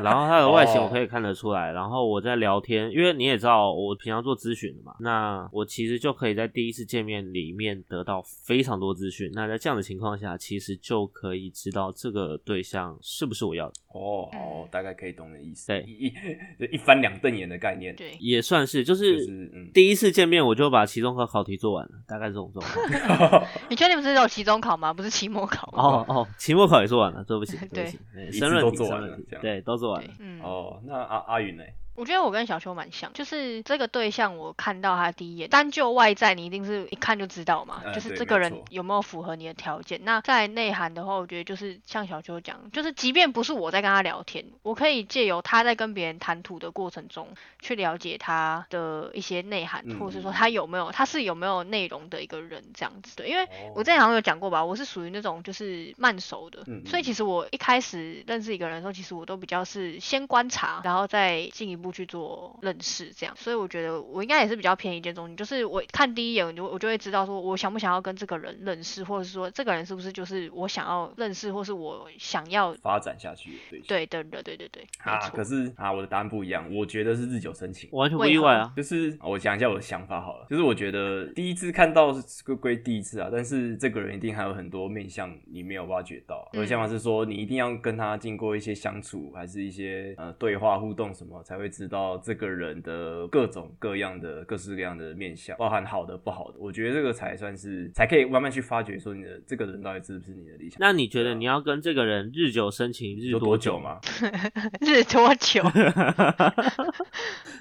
[SPEAKER 1] 然后他的外形
[SPEAKER 4] 哦
[SPEAKER 1] 我可以看得出来。然后我在聊天，因为你也知道我平常做咨询的嘛，那我其实就可以在第一次见面里面得到非常多资讯。那在这样的情况下，其实就可以知道这个对象是不是我要的，
[SPEAKER 4] 哦，
[SPEAKER 3] 嗯
[SPEAKER 4] 好，大概可以懂你的意思。
[SPEAKER 1] 对
[SPEAKER 4] 一一就一翻两瞪眼的概念。
[SPEAKER 3] 对，
[SPEAKER 1] 也算是就。
[SPEAKER 4] 就是是嗯，
[SPEAKER 1] 第一次见面我就把期中考考题做完了，大概这种状 况。
[SPEAKER 3] 你确定不是只有期中考吗？不是期末考吗？
[SPEAKER 1] 哦哦，期末考也做完了，对不起，对
[SPEAKER 3] 对
[SPEAKER 1] 不起，哎
[SPEAKER 4] 次
[SPEAKER 1] 申论
[SPEAKER 4] 都
[SPEAKER 1] 题
[SPEAKER 4] 做
[SPEAKER 1] 申
[SPEAKER 4] 完
[SPEAKER 1] 论
[SPEAKER 4] 了
[SPEAKER 1] 题
[SPEAKER 4] 这样
[SPEAKER 1] 对，都做完了
[SPEAKER 3] 对。，嗯，
[SPEAKER 4] 哦，那阿阿云呢？
[SPEAKER 3] 我觉得我跟小秋蛮像，就是这个对象，我看到他第一眼，单就外在，你一定是一看就知道嘛，
[SPEAKER 4] 哎
[SPEAKER 3] 就是
[SPEAKER 4] 对
[SPEAKER 3] 这个
[SPEAKER 4] 没
[SPEAKER 3] 人
[SPEAKER 4] 错
[SPEAKER 3] 有没有符合你的条件。那在内涵的话，我觉得就是像小秋讲，就是即便不是我在跟他聊天，我可以借由他在跟别人谈吐的过程中，去了解他的一些内涵，
[SPEAKER 4] 嗯
[SPEAKER 3] 或者是说
[SPEAKER 4] 嗯
[SPEAKER 3] 他有没有，他是有没有内容的一个人这样子。对，因为我之
[SPEAKER 4] 哦
[SPEAKER 3] 前好像有讲过吧，我是属于那种就是慢熟的，
[SPEAKER 4] 嗯嗯
[SPEAKER 3] 所以其实我一开始认识一个人的时候，其实我都比较是先观察，然后再进一步去做认识这样。所以我觉得我应该也是比较偏一见钟情，就是我看第一眼我就我就会知道说我想不想要跟这个人认识，或者是说这个人是不是就是我想要认识，或是我想要
[SPEAKER 4] 发展下去的对象
[SPEAKER 3] 对的人，对对对，没
[SPEAKER 4] 啊，
[SPEAKER 3] 错
[SPEAKER 4] 可是啊，我的答案不一样，我觉得是日久生情。
[SPEAKER 1] 我完全不
[SPEAKER 3] 为
[SPEAKER 1] 意
[SPEAKER 3] 何
[SPEAKER 1] 外啊。
[SPEAKER 4] 就是啊我讲一下我的想法好了，就是我觉得第一次看到是归归第一次啊，但是这个人一定还有很多面相你没有挖掘到。啊
[SPEAKER 3] 嗯
[SPEAKER 4] 我的想法是说，你一定要跟他经过一些相处，还是一些呃对话互动什么，才会知道这个人的各种各样的各式各样的面相，包含好的不好的。我觉得这个才算是才可以慢慢去发掘说你的这个人到底是不是你的理想。
[SPEAKER 1] 那你觉得你要跟这个人日久生情日
[SPEAKER 4] 啊有
[SPEAKER 1] 多
[SPEAKER 4] 多
[SPEAKER 1] 久
[SPEAKER 4] 久
[SPEAKER 1] 吗？
[SPEAKER 4] 吗？
[SPEAKER 3] 日多 久？
[SPEAKER 4] 啊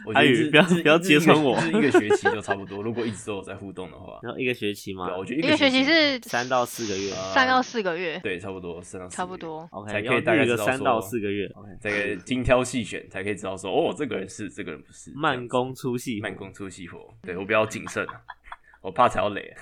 [SPEAKER 4] 我觉得
[SPEAKER 1] 阿宇
[SPEAKER 4] 日
[SPEAKER 1] 不要
[SPEAKER 4] 日
[SPEAKER 1] 不要
[SPEAKER 4] 日
[SPEAKER 1] 揭
[SPEAKER 4] 一个
[SPEAKER 1] 穿我
[SPEAKER 4] 日一个学期就差不多。如果一直都有在互动的 话，
[SPEAKER 1] 然后一个学期吗
[SPEAKER 4] 对啊，？我觉得
[SPEAKER 3] 一
[SPEAKER 4] 个
[SPEAKER 3] 个学期是
[SPEAKER 1] 三到四个月
[SPEAKER 3] 三到四个月，
[SPEAKER 4] 对，差不多三到四
[SPEAKER 3] 差不
[SPEAKER 4] 个月
[SPEAKER 3] 多
[SPEAKER 1] ，OK，
[SPEAKER 4] 呃才
[SPEAKER 1] 要
[SPEAKER 4] 可以大概
[SPEAKER 1] 日
[SPEAKER 4] 知
[SPEAKER 1] 个
[SPEAKER 4] 道
[SPEAKER 1] 三
[SPEAKER 4] 说
[SPEAKER 1] 到四个月，OK，
[SPEAKER 4] 这个精挑细选才可以知道说，哦，这个人是，这个人不是，这样
[SPEAKER 1] 慢
[SPEAKER 4] 子
[SPEAKER 1] 工出细活，
[SPEAKER 4] 慢工出细活。对我比较谨慎啊， 我怕踩到雷，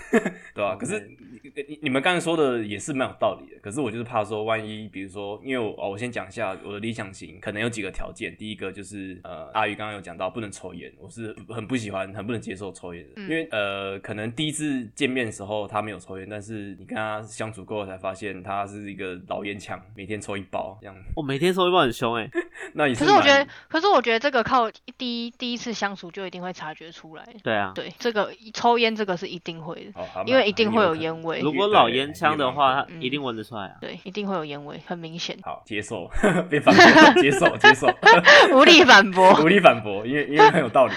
[SPEAKER 4] 对
[SPEAKER 1] 哦
[SPEAKER 4] 吧、
[SPEAKER 5] OK
[SPEAKER 4] 可是你你你们刚才说的也是蛮有道理的，可是我就是怕说，万一比如说，因为我哦，我先讲一下我的理想型，可能有几个条件，第一个就是呃，阿宇刚刚有讲到不能抽烟，我是很不喜欢、很不能接受抽烟的，
[SPEAKER 3] 嗯
[SPEAKER 4] 因为呃，可能第一次见面的时候他没有抽烟，但是你跟他相处过后才发现他是一个老烟枪，每天抽一包这样，
[SPEAKER 1] 我哦每天收一包很凶哎、
[SPEAKER 4] 那也
[SPEAKER 3] 可是
[SPEAKER 4] 是
[SPEAKER 3] 我觉
[SPEAKER 4] 蛮
[SPEAKER 3] 得，可是我觉得这个靠第一第一次相处就一定会察觉出来。
[SPEAKER 1] 对啊，
[SPEAKER 3] 对，这个抽烟这个是一定会的，
[SPEAKER 4] 哦还蛮
[SPEAKER 3] 因为一定会有烟
[SPEAKER 4] 很
[SPEAKER 3] 味
[SPEAKER 4] 有可能，
[SPEAKER 1] 如果老烟枪的话，
[SPEAKER 3] 对
[SPEAKER 1] 他一定闻得出来啊。
[SPEAKER 3] 对，一定会有烟味，很明显
[SPEAKER 4] 好，接受，被反驳，接受，接受，
[SPEAKER 3] 无力反驳。
[SPEAKER 4] 无力反驳，因为因为很有道理。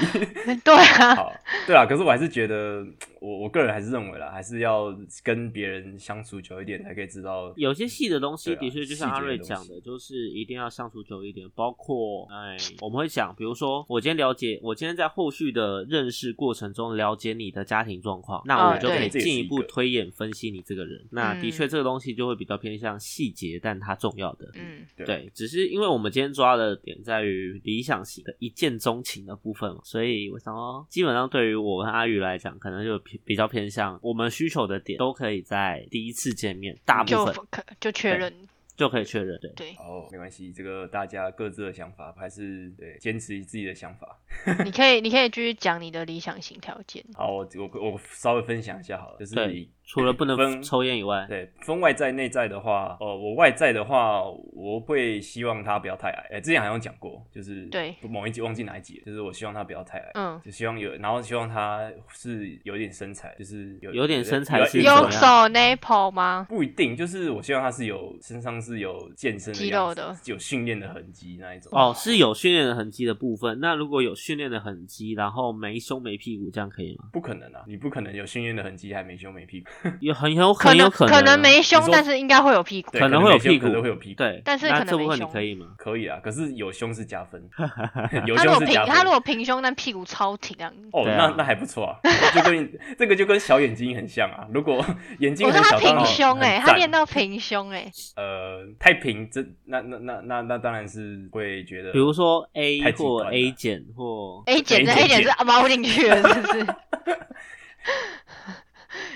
[SPEAKER 3] 对啊，
[SPEAKER 4] 好，对啊，可是我还是觉得，我我个人还是认为啦，还是要跟别人相处久一点，才可以知道。
[SPEAKER 1] 有些细的东西
[SPEAKER 4] 对啊
[SPEAKER 1] 的确就像阿瑞讲
[SPEAKER 4] 细节
[SPEAKER 1] 的，就是一定要相处久一点，包括哎，我们会讲，比如说我今天了解，我今天在后续的认识过程中了解你的家庭状况，那
[SPEAKER 3] 啊
[SPEAKER 1] 我就可以进
[SPEAKER 3] 对
[SPEAKER 1] 一
[SPEAKER 4] 这也是一
[SPEAKER 1] 步
[SPEAKER 4] 个
[SPEAKER 1] 推演分析你这个人。那的确
[SPEAKER 3] 嗯
[SPEAKER 1] 这个东西就会比较偏向细节，但它重要的。
[SPEAKER 3] 嗯，
[SPEAKER 4] 对
[SPEAKER 1] 对，只是因为我们今天抓的点在于理想型的一见钟情的部分嘛，所以我想哦，基本上对于我跟阿宇来讲，可能就偏比较偏向我们需求的点都可以在第一次见面，大部
[SPEAKER 3] 就
[SPEAKER 1] 分
[SPEAKER 3] 可就确
[SPEAKER 1] 对
[SPEAKER 3] 认，
[SPEAKER 1] 就可以确认。对，
[SPEAKER 3] 对，
[SPEAKER 4] 哦，没关系，这个大家各自的想法，还是对坚持自己的想法。
[SPEAKER 3] 你可以你可以继续讲你的理想型条件。
[SPEAKER 4] 好，我我我稍微分享一下好了，就是
[SPEAKER 1] 对
[SPEAKER 4] 你
[SPEAKER 1] 除了不能
[SPEAKER 4] 分
[SPEAKER 1] 抽烟以外，
[SPEAKER 4] 对，分外在内在的话，呃，我外在的话，我会希望他不要太矮。哎、之前好像讲过，就是
[SPEAKER 3] 对
[SPEAKER 4] 某一集忘记哪一集了，就是我希望他不要太矮，
[SPEAKER 3] 嗯
[SPEAKER 4] 就希望有，然后希望他是有点身材，就是有
[SPEAKER 1] 有点身材是
[SPEAKER 4] 有
[SPEAKER 1] 怎
[SPEAKER 3] 有
[SPEAKER 1] 么样
[SPEAKER 3] 手 nipple 吗？
[SPEAKER 4] 不一定，就是我希望他是有身上是有健身的
[SPEAKER 3] 肌
[SPEAKER 4] 样
[SPEAKER 3] 肉
[SPEAKER 4] 子
[SPEAKER 3] 的
[SPEAKER 4] 有训练的痕迹那一种。
[SPEAKER 1] 哦，是有训练的痕迹的部分。那如果有训练的痕迹，然后没胸没屁股，这样可以吗？
[SPEAKER 4] 不可能啊！你不可能有训练的痕迹，还没胸没屁股，
[SPEAKER 1] 也很有很有
[SPEAKER 3] 能
[SPEAKER 1] 可
[SPEAKER 3] 可
[SPEAKER 1] 能啊，
[SPEAKER 3] 没胸
[SPEAKER 4] 你，说
[SPEAKER 3] 但是应该会有屁股
[SPEAKER 4] 对，
[SPEAKER 1] 可能
[SPEAKER 4] 能
[SPEAKER 1] 会有
[SPEAKER 4] 没胸
[SPEAKER 1] 屁股
[SPEAKER 4] 可能会有屁股。
[SPEAKER 1] 对，
[SPEAKER 3] 但是
[SPEAKER 1] 那
[SPEAKER 3] 可能
[SPEAKER 1] 这部分
[SPEAKER 3] 没
[SPEAKER 1] 你
[SPEAKER 3] 胸
[SPEAKER 1] 可以吗？
[SPEAKER 4] 可以啊，可是有胸是加 分，有
[SPEAKER 3] 啊他如
[SPEAKER 4] 胸
[SPEAKER 3] 果
[SPEAKER 4] 是
[SPEAKER 3] 平
[SPEAKER 4] 加分。
[SPEAKER 3] 他如果平胸但屁股超挺啊，
[SPEAKER 4] 哦，
[SPEAKER 1] 对啊
[SPEAKER 4] 那那还不错啊，就跟你这个就跟小眼睛很像啊。如果眼睛
[SPEAKER 3] 我
[SPEAKER 4] 很
[SPEAKER 3] 说他
[SPEAKER 4] 小，当
[SPEAKER 3] 平
[SPEAKER 4] 然
[SPEAKER 3] 胸哎、
[SPEAKER 4] 哎、
[SPEAKER 3] 他练到平胸哎、
[SPEAKER 4] 呃太平，这那那那那那当然是会觉得，
[SPEAKER 1] 比如说 A
[SPEAKER 4] 太极
[SPEAKER 1] 或
[SPEAKER 4] 端了
[SPEAKER 1] A 减或
[SPEAKER 3] A 减的
[SPEAKER 4] A
[SPEAKER 3] A 减
[SPEAKER 4] 减
[SPEAKER 3] 是凹进去了，是不是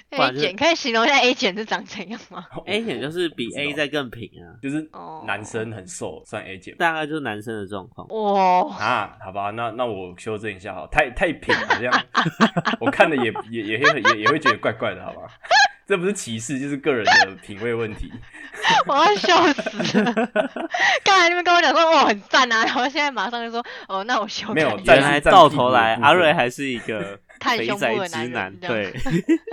[SPEAKER 1] 不然
[SPEAKER 3] ？A
[SPEAKER 1] 就是
[SPEAKER 3] 减可以形容一下 A 减是长怎样吗？
[SPEAKER 1] A 减就是比
[SPEAKER 4] 我不知
[SPEAKER 1] A
[SPEAKER 4] 道
[SPEAKER 1] 再更平啊，
[SPEAKER 4] 哦就是
[SPEAKER 3] 哦
[SPEAKER 4] 男生很瘦算 A 减
[SPEAKER 1] 大概就是男生的状况。
[SPEAKER 3] 哇，
[SPEAKER 4] 啊，好吧，那那我修正一下好，太太平好像我看的也也也也也也会觉得怪怪的，好吧？ 这不是歧视，就是个人的品味问题。
[SPEAKER 3] 我要笑死了！刚才那边跟我讲说哦很赞啊，然后现在马上就说哦那我修
[SPEAKER 4] 没
[SPEAKER 3] 改
[SPEAKER 4] 有
[SPEAKER 3] 一
[SPEAKER 4] 再
[SPEAKER 1] 原
[SPEAKER 4] 是
[SPEAKER 3] 下，
[SPEAKER 1] 来
[SPEAKER 4] 占
[SPEAKER 1] 到
[SPEAKER 4] 屁股
[SPEAKER 1] 头
[SPEAKER 4] 的
[SPEAKER 1] 来，
[SPEAKER 4] 部
[SPEAKER 1] 阿
[SPEAKER 4] 分
[SPEAKER 1] 瑞还是一个
[SPEAKER 3] 太
[SPEAKER 1] 肥
[SPEAKER 3] 胸部
[SPEAKER 1] 宅
[SPEAKER 3] 的
[SPEAKER 1] 直
[SPEAKER 3] 男
[SPEAKER 1] 男。
[SPEAKER 3] 人这
[SPEAKER 1] 对
[SPEAKER 3] 样，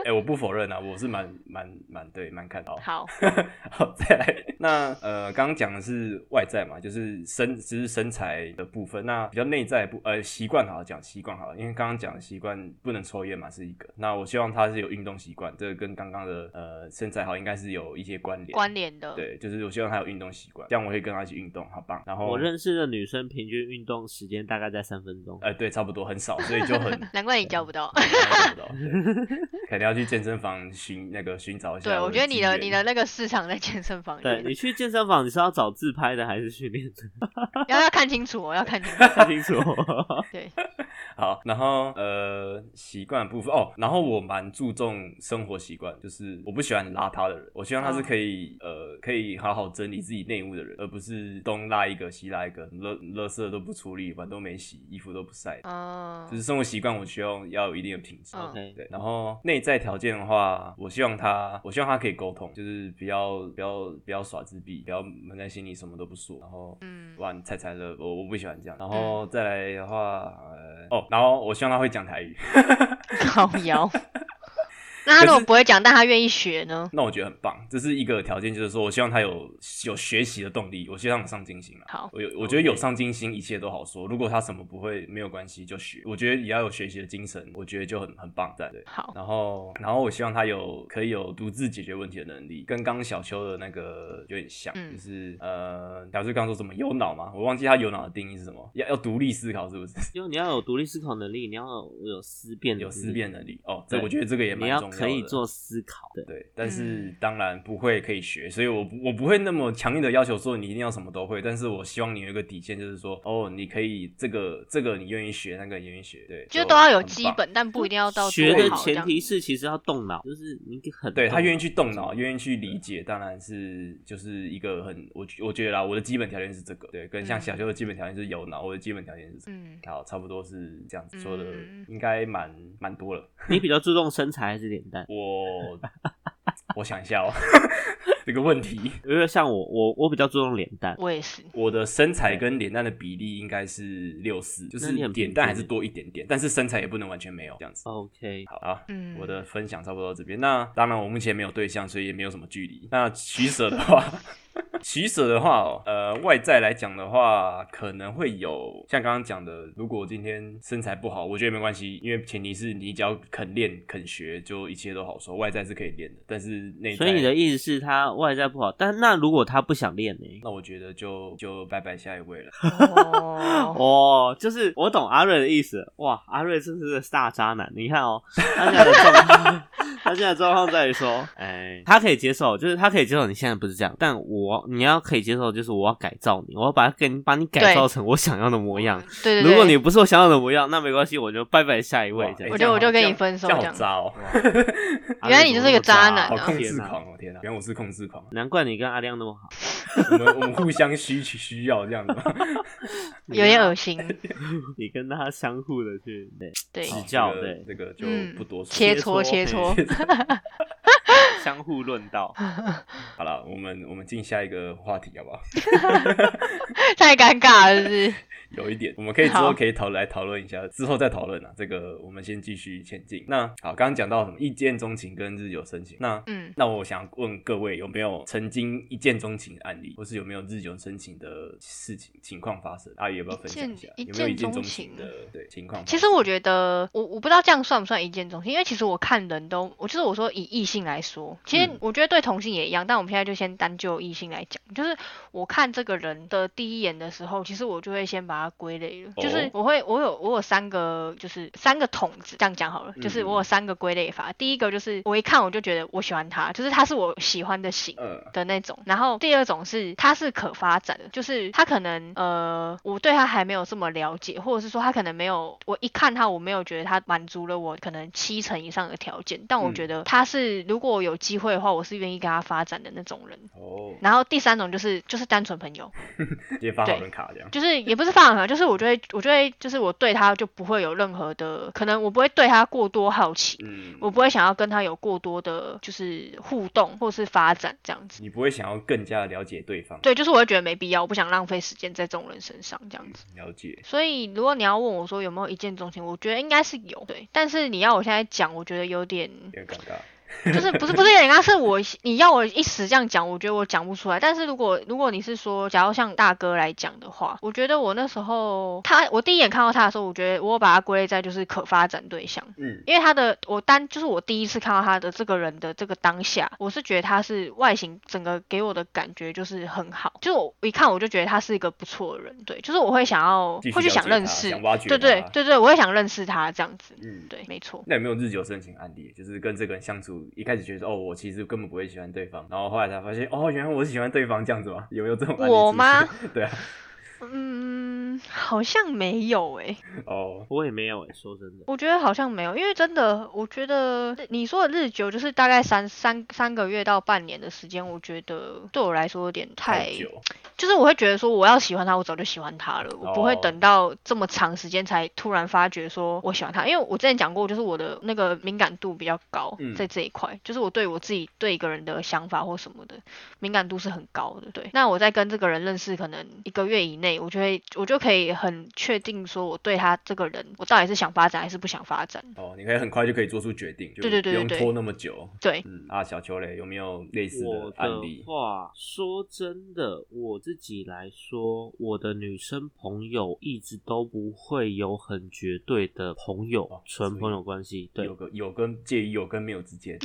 [SPEAKER 4] 哎、我不否认啊，我是蛮蛮蛮对蛮看好。
[SPEAKER 3] 好，
[SPEAKER 4] 好，再来。 那呃，刚刚讲的是外在嘛，就是身，就是身材的部分。那比较内在的部，呃，习惯好了讲习惯好了，因为刚刚讲的习惯不能抽烟嘛，是一个。那我希望他是有运动习惯，这个跟刚刚的呃身材好应该是有一些关联。
[SPEAKER 3] 关联的，
[SPEAKER 4] 对，就是我希望他有运动习惯，这样我会跟他一起运动，好棒。然后
[SPEAKER 1] 我认识的女生平均运动时间大概在三分钟。
[SPEAKER 4] 呃，对，差不多很少，所以就很
[SPEAKER 3] 难怪你交不到。
[SPEAKER 4] 差不多对可能要去健身房寻那个寻找一下
[SPEAKER 3] 对，
[SPEAKER 4] 我
[SPEAKER 3] 我觉得你的
[SPEAKER 4] 资源
[SPEAKER 3] 你的那个市场在健身房里
[SPEAKER 1] 对
[SPEAKER 3] 面，
[SPEAKER 1] 你去健身房，你是要找自拍的还是训练的？
[SPEAKER 3] 要要看清楚哦，要看清楚。
[SPEAKER 1] 看清 楚哦。
[SPEAKER 3] 对，
[SPEAKER 4] 好，然后呃，习惯的部分哦，然后我蛮注重生活习惯，就是我不喜欢邋遢的人，我希望他是可以、呃可以好好整理自己内务的人，而不是东拉一个西拉一个，垃垃圾都不处理，碗都没洗，衣服都不晒，
[SPEAKER 3] 嗯
[SPEAKER 4] 就是生活习惯，我希望要有一定的品质。
[SPEAKER 3] 嗯
[SPEAKER 1] OK，
[SPEAKER 4] 对，然后内在条件的话，我希望他，我希望他可以沟通，就是不要不要不要耍自闭，不要闷在心里什么都不说，然后
[SPEAKER 3] 嗯
[SPEAKER 4] 玩猜猜乐，我我不喜欢这样。然后再来的话，呃，哦，然后我希望他会讲台语，
[SPEAKER 3] 靠腰。那他如果不会讲，但他愿意学呢？
[SPEAKER 4] 那我觉得很棒。这是一个条件，就是说我希望他有有学习的动力，我希望他有上进心啊。
[SPEAKER 3] 好
[SPEAKER 4] 我有我觉得有上进心，一切都好说。如果他什么不会，没有关系，就学。我觉得也要有学习的精神，我觉得就很很棒在对。
[SPEAKER 3] 好，
[SPEAKER 4] 然后，然后我希望他有可以有独自解决问题的能力，跟刚刚小秋的那个有点像，
[SPEAKER 3] 嗯
[SPEAKER 4] 就是呃，小秋刚说什么有脑嘛，我忘记他有脑的定义是什么，要要独立思考是不是？
[SPEAKER 1] 因为你要有独立思考能力，你要有有思辨能力，
[SPEAKER 4] 有思辨能力哦，这
[SPEAKER 1] 对
[SPEAKER 4] 我觉得这个也
[SPEAKER 1] 你
[SPEAKER 4] 蛮
[SPEAKER 1] 要
[SPEAKER 4] 重要要
[SPEAKER 1] 可以
[SPEAKER 4] 的
[SPEAKER 1] 做思考，对，
[SPEAKER 4] 对，但是
[SPEAKER 3] 嗯
[SPEAKER 4] 当然不会可以学，所以我不我不会那么强硬的要求说你一定要什么都会，但是我希望你有一个底线，就是说哦，你可以这个这个你愿意学，那个你愿意学，对，
[SPEAKER 3] 就都要有
[SPEAKER 4] 很
[SPEAKER 3] 基
[SPEAKER 4] 棒。
[SPEAKER 3] 本，但不一定要到
[SPEAKER 1] 学
[SPEAKER 3] 多
[SPEAKER 1] 的
[SPEAKER 3] 好这
[SPEAKER 1] 前
[SPEAKER 3] 样
[SPEAKER 1] 提是其实要动脑，就是你很
[SPEAKER 4] 对他
[SPEAKER 1] 动
[SPEAKER 4] 愿意去动脑，愿意去理解，当然是就是一个很我我觉得啦，我的基本条件是这个，对，跟像
[SPEAKER 3] 嗯
[SPEAKER 4] 小修的基本条件是有脑，我的基本条件是这个，
[SPEAKER 3] 嗯
[SPEAKER 4] 好，差不多是这样子说的
[SPEAKER 3] 嗯，
[SPEAKER 4] 应该蛮蛮多了。
[SPEAKER 1] 你比较注重身材还是脸蛋？
[SPEAKER 4] 我我想一下哦， 这个问题，
[SPEAKER 1] 因为像我，我我比较注重脸蛋，
[SPEAKER 3] 我也是，
[SPEAKER 4] 我的身材跟脸蛋的比例应该是六四，就是
[SPEAKER 1] 那你很平
[SPEAKER 4] 脸
[SPEAKER 1] 均
[SPEAKER 4] 蛋还是
[SPEAKER 1] 耶
[SPEAKER 4] 多一点点，但是身材也不能完全没有这样子。
[SPEAKER 1] OK，
[SPEAKER 4] 好啊，
[SPEAKER 3] 嗯
[SPEAKER 4] 我的分享差不多到这边。那当然，我目前没有对象，所以也没有什么距离。那取舍的话， 取舍的话、哦，呃，外在来讲的话，可能会有像刚刚讲的，如果今天身材不好，我觉得没关系，因为前提是你只要肯练、肯学，就一切都好说。外在是可以练的，但是内在，
[SPEAKER 1] 所以你的意思是他外在不好，但那如果他不想练呢？
[SPEAKER 4] 那我觉得就就拜拜下一位了。
[SPEAKER 3] 哦，
[SPEAKER 1] 哦，就是我懂阿瑞的意思。哇，阿瑞真是个大渣男。你看哦，他现在的状况， 他现在的状况在于说，哎，他可以接受，就是他可以接受你现在不是这样，但我你要可以接受，就是我要改造你，我要把它跟把你改造成我想要的模样。
[SPEAKER 3] 对对对，
[SPEAKER 1] 如果你不是我想要的模样，那没关系，我就拜拜下一
[SPEAKER 4] 哇
[SPEAKER 1] 位这
[SPEAKER 4] 哎
[SPEAKER 1] 样。
[SPEAKER 3] 哦我
[SPEAKER 4] 这
[SPEAKER 3] 就
[SPEAKER 4] 样
[SPEAKER 3] 我就
[SPEAKER 4] 好
[SPEAKER 3] 跟
[SPEAKER 4] 这
[SPEAKER 3] 你
[SPEAKER 4] 样
[SPEAKER 3] 分手
[SPEAKER 4] 这样
[SPEAKER 3] 这
[SPEAKER 4] 好
[SPEAKER 3] 样
[SPEAKER 4] 渣哦。
[SPEAKER 1] 阿
[SPEAKER 3] 原来
[SPEAKER 1] 瑞
[SPEAKER 3] 你
[SPEAKER 1] 怎
[SPEAKER 3] 就是
[SPEAKER 1] 么那
[SPEAKER 3] 个
[SPEAKER 1] 么
[SPEAKER 3] 渣男
[SPEAKER 4] 好
[SPEAKER 3] 啊
[SPEAKER 4] 控
[SPEAKER 1] 天
[SPEAKER 4] 制
[SPEAKER 1] 哪
[SPEAKER 4] 狂哦！天哪，原来我是控制狂，
[SPEAKER 1] 难怪你跟阿亮那么好，
[SPEAKER 4] 我们我们互相需取需要这样 子吗。
[SPEAKER 3] 有点恶心，
[SPEAKER 1] 你跟他相互的去对
[SPEAKER 3] 对
[SPEAKER 1] 好，指
[SPEAKER 4] 好
[SPEAKER 1] 教
[SPEAKER 4] 这个
[SPEAKER 1] 对
[SPEAKER 4] 这个就
[SPEAKER 3] 嗯
[SPEAKER 4] 不多说。
[SPEAKER 3] 切磋切磋
[SPEAKER 4] 切，磋
[SPEAKER 1] 相互论道。
[SPEAKER 4] 好了，我们我们进下一个话题好不好？
[SPEAKER 3] 太尴尬了，是不是？
[SPEAKER 4] 有一点，我们可以之后
[SPEAKER 3] 好
[SPEAKER 4] 可以讨来讨论一下，之后再讨论啊。这个我们先继续前进。那好，刚刚讲到什么一见钟情跟日久生情，那
[SPEAKER 3] 嗯，
[SPEAKER 4] 那我想问各位有没有曾经一见钟情的案例，或是有没有日久生情的事情情况发生？阿姨要不要分享一下？
[SPEAKER 3] 一
[SPEAKER 4] 有
[SPEAKER 3] 见
[SPEAKER 4] 没有一见
[SPEAKER 3] 一见
[SPEAKER 4] 钟
[SPEAKER 3] 钟
[SPEAKER 4] 情
[SPEAKER 3] 情
[SPEAKER 4] 的对情况发
[SPEAKER 3] 其
[SPEAKER 4] 生？
[SPEAKER 3] 实我觉得，我我不知道这样算不算一见钟情，因为其实我看人都，我就是我说以异性来说，其实
[SPEAKER 1] 嗯
[SPEAKER 3] 我觉得对同性也一样，但我们现在就先单就异性来讲，就是我看这个人的第一眼的时候，其实我就会先把它归类了，就是
[SPEAKER 4] 哦
[SPEAKER 3] 我会我有我有三个就是三个桶子，这样讲好了，就是我有
[SPEAKER 4] 嗯
[SPEAKER 3] 三个归类法，第一个就是我一看我就觉得我喜欢他，就是他是我喜欢的型，
[SPEAKER 4] 呃，
[SPEAKER 3] 的那种。然后第二种是它是可发展的，就是他可能呃我对他还没有这么了解，或者是说他可能没有我一看他我没有觉得他满足了我可能七成以上的条件，但我
[SPEAKER 4] 嗯
[SPEAKER 3] 觉得他是如果我有机会的话，我是愿意跟他发展的那种人。
[SPEAKER 4] 哦，
[SPEAKER 3] 然后第三种就是就是单纯朋友，
[SPEAKER 4] 直接发
[SPEAKER 3] 对
[SPEAKER 4] 好人卡这样。
[SPEAKER 3] 就是也不是放养，就是我就会我就会就是我对他就不会有任何的，可能我不会对他过多好奇，
[SPEAKER 4] 嗯，
[SPEAKER 3] 我不会想要跟他有过多的就是互动或是发展这样子。
[SPEAKER 4] 你不会想要更加了解对方，
[SPEAKER 3] 对，就是我会觉得没必要，我不想浪费时间在这种人身上这样子。
[SPEAKER 4] 了解。
[SPEAKER 3] 所以如果你要问我说有没有一见钟情，我觉得应该是有，对。但是你要我现在讲，我觉得有点，
[SPEAKER 4] 有点尴尬，
[SPEAKER 3] 就是不是不是有点尴尬，是我你要我一时这样讲，我觉得我讲不出来。但是如果如果你是说，假如像大哥来讲的话，我觉得我那时候他，我第一眼看到他的时候，我觉得我把他归类在就是可发展对象。
[SPEAKER 4] 嗯，
[SPEAKER 3] 因为他的我单就是我第一次看到他的这个人的这个当下，我是觉得他是外形整个给我的感觉就是很好，就是我一看我就觉得他是一个不错的人，对，就是我会想要
[SPEAKER 4] 继续
[SPEAKER 3] 会去
[SPEAKER 4] 了
[SPEAKER 3] 想
[SPEAKER 4] 解
[SPEAKER 3] 认
[SPEAKER 4] 他
[SPEAKER 3] 识，
[SPEAKER 4] 想挖掘
[SPEAKER 3] 对对
[SPEAKER 4] 他
[SPEAKER 3] 对对，我会想认识他这样子，
[SPEAKER 4] 嗯
[SPEAKER 3] 对，没错，
[SPEAKER 4] 那有没有日久生情案例？就是跟这个人相处，一开始觉得哦，我其实根本不会喜欢对方，然后后来才发现哦，原来我是喜欢对方这样子吗？有没有这种案例
[SPEAKER 3] 我
[SPEAKER 4] 出现
[SPEAKER 3] 吗？
[SPEAKER 4] 对啊，
[SPEAKER 3] 嗯，好像没有诶、
[SPEAKER 4] 哦，
[SPEAKER 1] 我也没有哎、说真的，
[SPEAKER 3] 我觉得好像没有，因为真的，我觉得你说的日久就是大概三三三个月到半年的时间，我觉得对我来说有点
[SPEAKER 4] 太久，
[SPEAKER 3] 就是我会觉得说，我要喜欢他，我早就喜欢他了，我不会
[SPEAKER 4] 哦
[SPEAKER 3] 等到这么长时间才突然发觉说我喜欢他，因为我之前讲过，就是我的那个敏感度比较高，
[SPEAKER 4] 嗯
[SPEAKER 3] 在这一块，就是我对我自己对一个人的想法或什么的敏感度是很高的。对，那我在跟这个人认识可能一个月以内，我就会我就可以很确定说我对他这个人，我到底是想发展还是不想发展。
[SPEAKER 4] 哦，你可以很快就可以做出决定，就
[SPEAKER 3] 对对
[SPEAKER 4] 不
[SPEAKER 3] 对哎
[SPEAKER 4] 用
[SPEAKER 3] 对对
[SPEAKER 4] 拖那么久。
[SPEAKER 3] 对，
[SPEAKER 4] 嗯啊，小秋嘞，有没有类似
[SPEAKER 1] 我
[SPEAKER 4] 的案例
[SPEAKER 1] 的？话，说真的，我自己来说，我的女生朋友一直都不会有很绝对的朋友
[SPEAKER 4] 哦，
[SPEAKER 1] 纯
[SPEAKER 4] 所以
[SPEAKER 1] 朋友关系。对
[SPEAKER 4] 有，个有跟介于有跟没有 之间，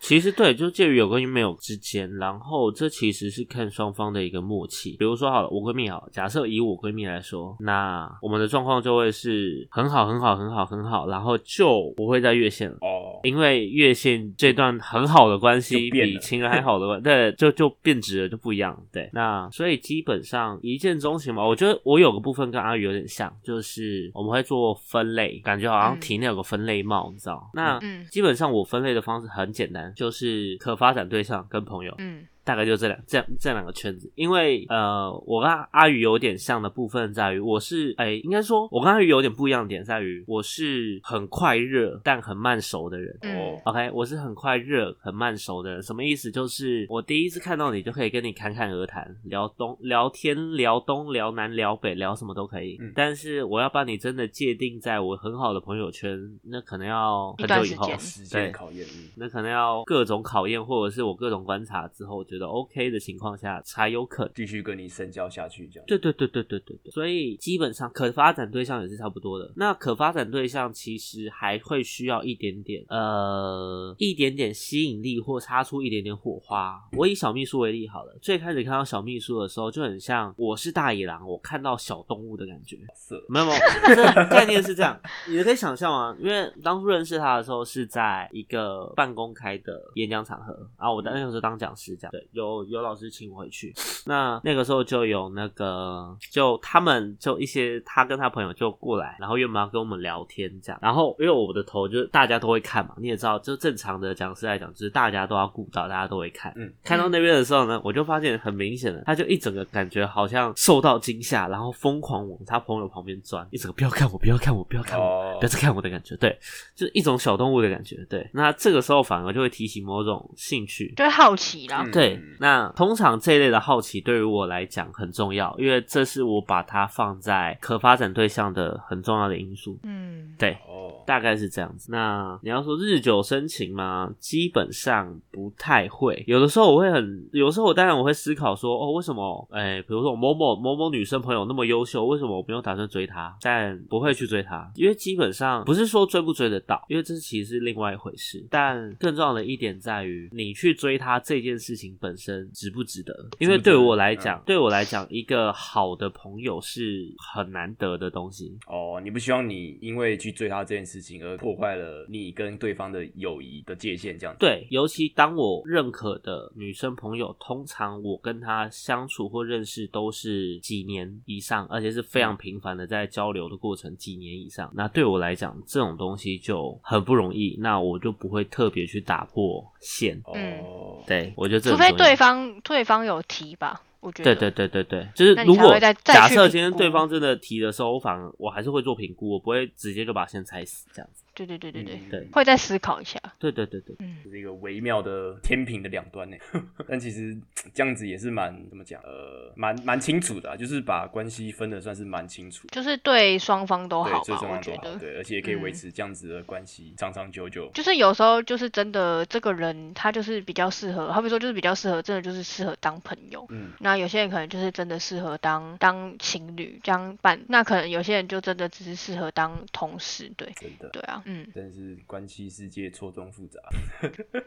[SPEAKER 1] 其实对，就介于有跟没有之间，然后这其实是看双方的一个默契。比如说好了，我闺蜜好了，假设以我闺蜜来说，那我们的状况就会是很好，很好，很好，很好，然后就不会再越线了。
[SPEAKER 4] 哦，
[SPEAKER 1] 因为越线这段很好的关系
[SPEAKER 4] 就变
[SPEAKER 1] 比
[SPEAKER 4] 了嗯
[SPEAKER 1] 情人还好的关， 对，就就变质了，就不一样。对，那所以基本上一见钟情嘛，我觉得我有个部分跟阿宇有点像，就是我们会做分类，感觉好像
[SPEAKER 3] 嗯
[SPEAKER 1] 体内有个分类帽，你知道？那
[SPEAKER 3] 嗯
[SPEAKER 1] 基本上我分类的方式很简单，就是可发展对象跟朋友。
[SPEAKER 3] 嗯
[SPEAKER 1] 大概就这两这样这两个圈子，因为呃，我跟阿阿宇有点像的部分在于，我是哎、应该说，我跟阿宇有点不一样的点在于，我是很快热但很慢熟的人。
[SPEAKER 4] 哦
[SPEAKER 3] 嗯
[SPEAKER 1] OK，我是很快热、很慢熟的人，什么意思？就是我第一次看到你就可以跟你侃侃而谈，聊东聊天、聊东聊南聊北，聊什么都可以。
[SPEAKER 4] 嗯
[SPEAKER 1] 但是我要把你真的界定在我很好的朋友圈，那可能要很
[SPEAKER 3] 一段
[SPEAKER 1] 久以
[SPEAKER 3] 时
[SPEAKER 1] 后
[SPEAKER 3] 间，
[SPEAKER 4] 时
[SPEAKER 1] 对
[SPEAKER 4] 间考验，嗯
[SPEAKER 1] 那可能要各种考验，或者是我各种观察之后觉得 OK 的情况下才有可能。
[SPEAKER 4] 继续跟你深交下去这样。
[SPEAKER 1] 对对对对对对对，所以基本上可发展对象也是差不多的。那可发展对象其实还会需要一点点呃一点点吸引力或擦出一点点火花。我以小秘书为例好了，最开始看到小秘书的时候就很像我是大野狼，我看到小动物的感觉。
[SPEAKER 4] 色
[SPEAKER 1] 没有没有，这个概念是这样，你可以想象啊，因为当初认识他的时候是在一个半公开的演讲场合啊，我那个时候当讲师讲，对，有有老师请我回去，那那个时候就有那个，就他们就一些他跟他朋友就过来，然后原本要跟我们聊天这样，然后因为我的头就是大家都会看嘛，你也知道，就正常的讲师来讲，就是大家都要顾到，大家都会看，
[SPEAKER 4] 嗯，
[SPEAKER 1] 看到那边的时候呢，我就发现很明显的，他就一整个感觉好像受到惊吓，然后疯狂往他朋友旁边钻，一整个不要看我，不要看我，不要看我，
[SPEAKER 4] 哦
[SPEAKER 1] 不要再看我的感觉，对，就是一种小动物的感觉，对，那这个时候反而就会提起某种兴趣，
[SPEAKER 3] 就会好奇啦。
[SPEAKER 4] 嗯
[SPEAKER 1] 对，那通常这一类的好奇对于我来讲很重要，因为这是我把它放在可发展对象的很重要的因素。
[SPEAKER 3] 嗯，
[SPEAKER 1] 对，
[SPEAKER 4] 哦，
[SPEAKER 1] 大概是这样子。那你要说日久生情吗？基本上不太会。有的时候我会很，有时候我当然我会思考说，哦，为什么？哎、比如说我某某某某女生朋友那么优秀，为什么我没有打算追她？但不会去追她，因为基本上不是说追不追得到，因为这其实是另外一回事。但更重要的一点在于，你去追她这件事情本身值不值得？因为对我来讲，
[SPEAKER 4] 嗯
[SPEAKER 1] 对我来讲，一个好的朋友是很难得的东西。
[SPEAKER 4] 哦，你不希望你因为去追他这件事情而破坏了你跟对方的友谊的界限，这样子。
[SPEAKER 1] 对，尤其当我认可的女生朋友，通常我跟她相处或认识都是几年以上，而且是非
[SPEAKER 3] 嗯
[SPEAKER 1] 常频繁的在交流的过程，几年以上。那对我来讲，这种东西就很不容易，那我就不会特别去打破线。
[SPEAKER 4] 哦，，
[SPEAKER 1] 嗯对，我觉得这
[SPEAKER 3] 除
[SPEAKER 1] 很
[SPEAKER 3] 非
[SPEAKER 1] 重要
[SPEAKER 3] 对方对方有提吧，我觉
[SPEAKER 1] 对
[SPEAKER 3] 得
[SPEAKER 1] 对对对对，就是
[SPEAKER 3] 那你
[SPEAKER 1] 如
[SPEAKER 3] 才
[SPEAKER 1] 果
[SPEAKER 3] 会再再
[SPEAKER 1] 假
[SPEAKER 3] 去
[SPEAKER 1] 设
[SPEAKER 3] 评
[SPEAKER 1] 今天
[SPEAKER 3] 估
[SPEAKER 1] 对方真的提的时候，我反而我还是会做评估，我不会直接就把线踩死这样子。
[SPEAKER 3] 对对对对对，
[SPEAKER 4] 嗯
[SPEAKER 1] 对
[SPEAKER 3] 会再思考一下。
[SPEAKER 1] 对对对对，
[SPEAKER 3] 嗯
[SPEAKER 4] 这是一个微妙的天平的两端呢。 但其实这样子也是蛮怎么讲，呃，蛮蛮清楚的、啊，就是把关系分的算是蛮清楚，
[SPEAKER 3] 就是对双方都
[SPEAKER 4] 对，
[SPEAKER 3] 好
[SPEAKER 4] 最
[SPEAKER 3] 吧，
[SPEAKER 4] 重要
[SPEAKER 3] 我
[SPEAKER 4] 的
[SPEAKER 3] 觉
[SPEAKER 4] 都好，
[SPEAKER 3] 得。
[SPEAKER 4] 对，而且也可以维
[SPEAKER 3] 嗯
[SPEAKER 4] 持这样子的关系、长长久久。
[SPEAKER 3] 就是有时候就是真的，这个人他就是比较适合，好比说就是比较适合，真的就是适合当朋友。
[SPEAKER 4] 嗯，
[SPEAKER 3] 那有些人可能就是真的适合当当情侣、当伴，那可能有些人就真的只是适合当同事，对
[SPEAKER 4] 真的，
[SPEAKER 3] 对啊，嗯，
[SPEAKER 4] 真的是关系世界错综复杂，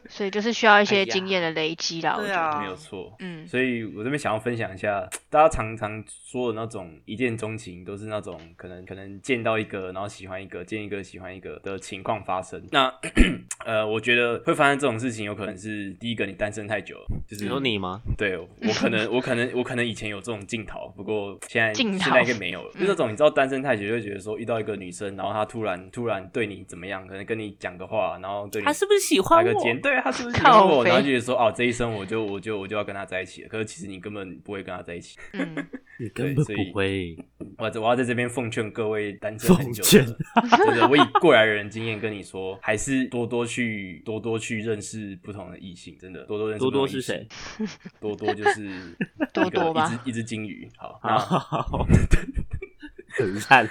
[SPEAKER 3] 所以就是需要一
[SPEAKER 1] 哎
[SPEAKER 3] 些
[SPEAKER 1] 呀
[SPEAKER 3] 经验的累积啦，我觉得，
[SPEAKER 4] 没有错。
[SPEAKER 3] 啊嗯
[SPEAKER 4] 所以我这边想要分享一下，大家常常说的那种一见钟情，都是那种可能可能见到一个，然后喜欢一个，见一个喜欢一个的情况发生。那 呃，我觉得会发生这种事情，有可能是第一个你单身太久了，就是
[SPEAKER 1] 你说你吗？
[SPEAKER 4] 对我可能， 我可能，我可能以前有这种镜头，不过现在
[SPEAKER 3] 镜
[SPEAKER 4] 现
[SPEAKER 3] 头
[SPEAKER 4] 在应该没有
[SPEAKER 1] 嗯
[SPEAKER 4] 了。就那种你知道单身太久，就会觉得说遇到一个女生，然后她突然突然对你怎么样，可能跟你讲个话，然后对你
[SPEAKER 1] 他是不是喜
[SPEAKER 4] 打
[SPEAKER 1] 欢
[SPEAKER 4] 个
[SPEAKER 1] 我？
[SPEAKER 4] 肩，对她是不是喜欢
[SPEAKER 3] 靠
[SPEAKER 4] 我，
[SPEAKER 3] 背
[SPEAKER 4] 然后就觉得说哦，这一生我就我就我就要跟她在一起了。可是其实你根本不会跟她在一起。
[SPEAKER 3] 嗯，
[SPEAKER 1] 你
[SPEAKER 4] 对
[SPEAKER 1] 根本
[SPEAKER 4] 所以
[SPEAKER 1] 不会。
[SPEAKER 4] 我我要在这边奉劝各位单身很
[SPEAKER 1] 奉
[SPEAKER 4] 久
[SPEAKER 1] 劝
[SPEAKER 4] 的，真的，我以过来人经验跟你说，还是多多去多多去认识不同的异性，真的多多认识。
[SPEAKER 1] 多多是谁？
[SPEAKER 4] 多多就是
[SPEAKER 3] 多多吧
[SPEAKER 4] 一个一只一只金鱼。好，
[SPEAKER 1] 啊
[SPEAKER 4] 那
[SPEAKER 1] 好，很烂。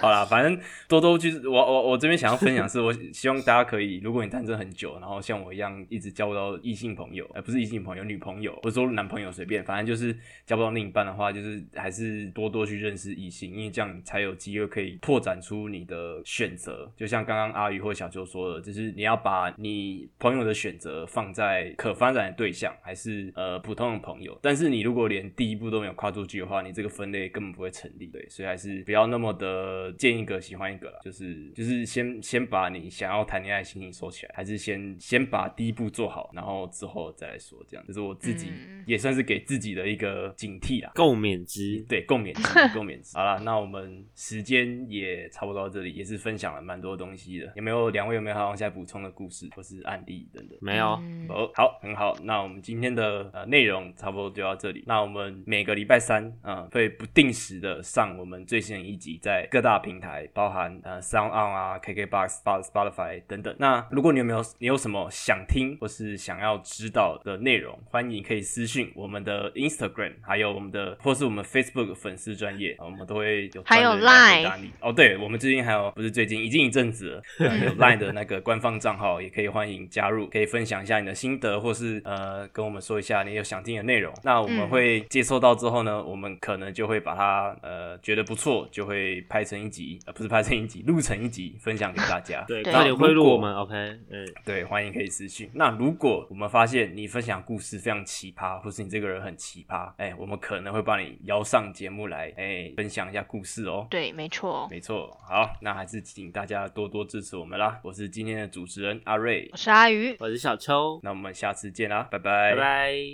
[SPEAKER 4] 好啦，反正多多就是我我我这边想要分享是，我希望大家可以，如果你单身很久，然后像我一样一直交不到异性朋友，呃，不是异性朋友，女朋友，或者说男朋友随便，反正就是交不到另一半的话，就是还是多多去认识异性，因为这样才有机会可以拓展出你的选择。就像刚刚阿宇或小秋说的，就是你要把你朋友的选择放在可发展的对象，还是呃普通的朋友。但是你如果连第一步都没有跨出去的话，你这个分类根本不会成立。对，所以还是不要那么的见一个喜欢一个啦，就是就是先先把你想要谈恋爱的心情收起来，还是先先把第一步做好，然后之后再来说，这样这是我自己、
[SPEAKER 3] 嗯
[SPEAKER 4] 也算是给自己的一个警惕啦。
[SPEAKER 1] 共勉之。
[SPEAKER 4] 对，共勉之，共勉之。好了，那我们时间也差不多到这里，也是分享了蛮多东西的。有没有两位有没有还往下补充的故事或是案例等等？
[SPEAKER 1] 没有，
[SPEAKER 3] 嗯
[SPEAKER 4] 哦，好，很好。那我们今天的呃内容差不多就到这里。那我们每个礼拜三啊、呃会不定时的上我们最新的一集，在各大平台，包含呃 Sound On 啊、KKBox、Spot- Spotify 等等。那如果你有没有你有什么想听或是想要知道的内容，欢迎可以私信我们的 Instagram，还有我们的或是我们 Facebook 粉丝专业，呃我们都会有
[SPEAKER 3] 还有
[SPEAKER 4] 专人来
[SPEAKER 3] Line
[SPEAKER 4] 回答你哦，对，我们最近还有不是最近，已经一阵 子了，对啊有 Line 的那个官方账号，也可以欢迎加入，可以分享一下你的心得，或是呃跟我们说一下你有想听的内容。那我们
[SPEAKER 3] 嗯
[SPEAKER 4] 会接收到之后呢，我们可能就会把它呃觉得不错，就会拍成一集，呃不是拍成一集，录成一集分享给大家。
[SPEAKER 1] 对，
[SPEAKER 3] 对
[SPEAKER 1] 快点贿赂我
[SPEAKER 4] 如
[SPEAKER 1] 们
[SPEAKER 4] 果
[SPEAKER 1] ，OK？嗯，
[SPEAKER 4] 对，欢迎可以私讯。那如果我们发现你分享故事非常奇葩，或是你这个人很奇葩，哎、我们可能会帮你邀上节目来，哎、分享一下故事哦。
[SPEAKER 3] 对，没错，
[SPEAKER 4] 没错，好，那还是请大家多多支持我们啦。我是今天的主持人阿瑞
[SPEAKER 3] 我，是阿鱼，
[SPEAKER 1] 我是小秋，
[SPEAKER 4] 那我们下次见啦，
[SPEAKER 1] 拜拜，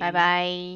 [SPEAKER 3] 拜拜。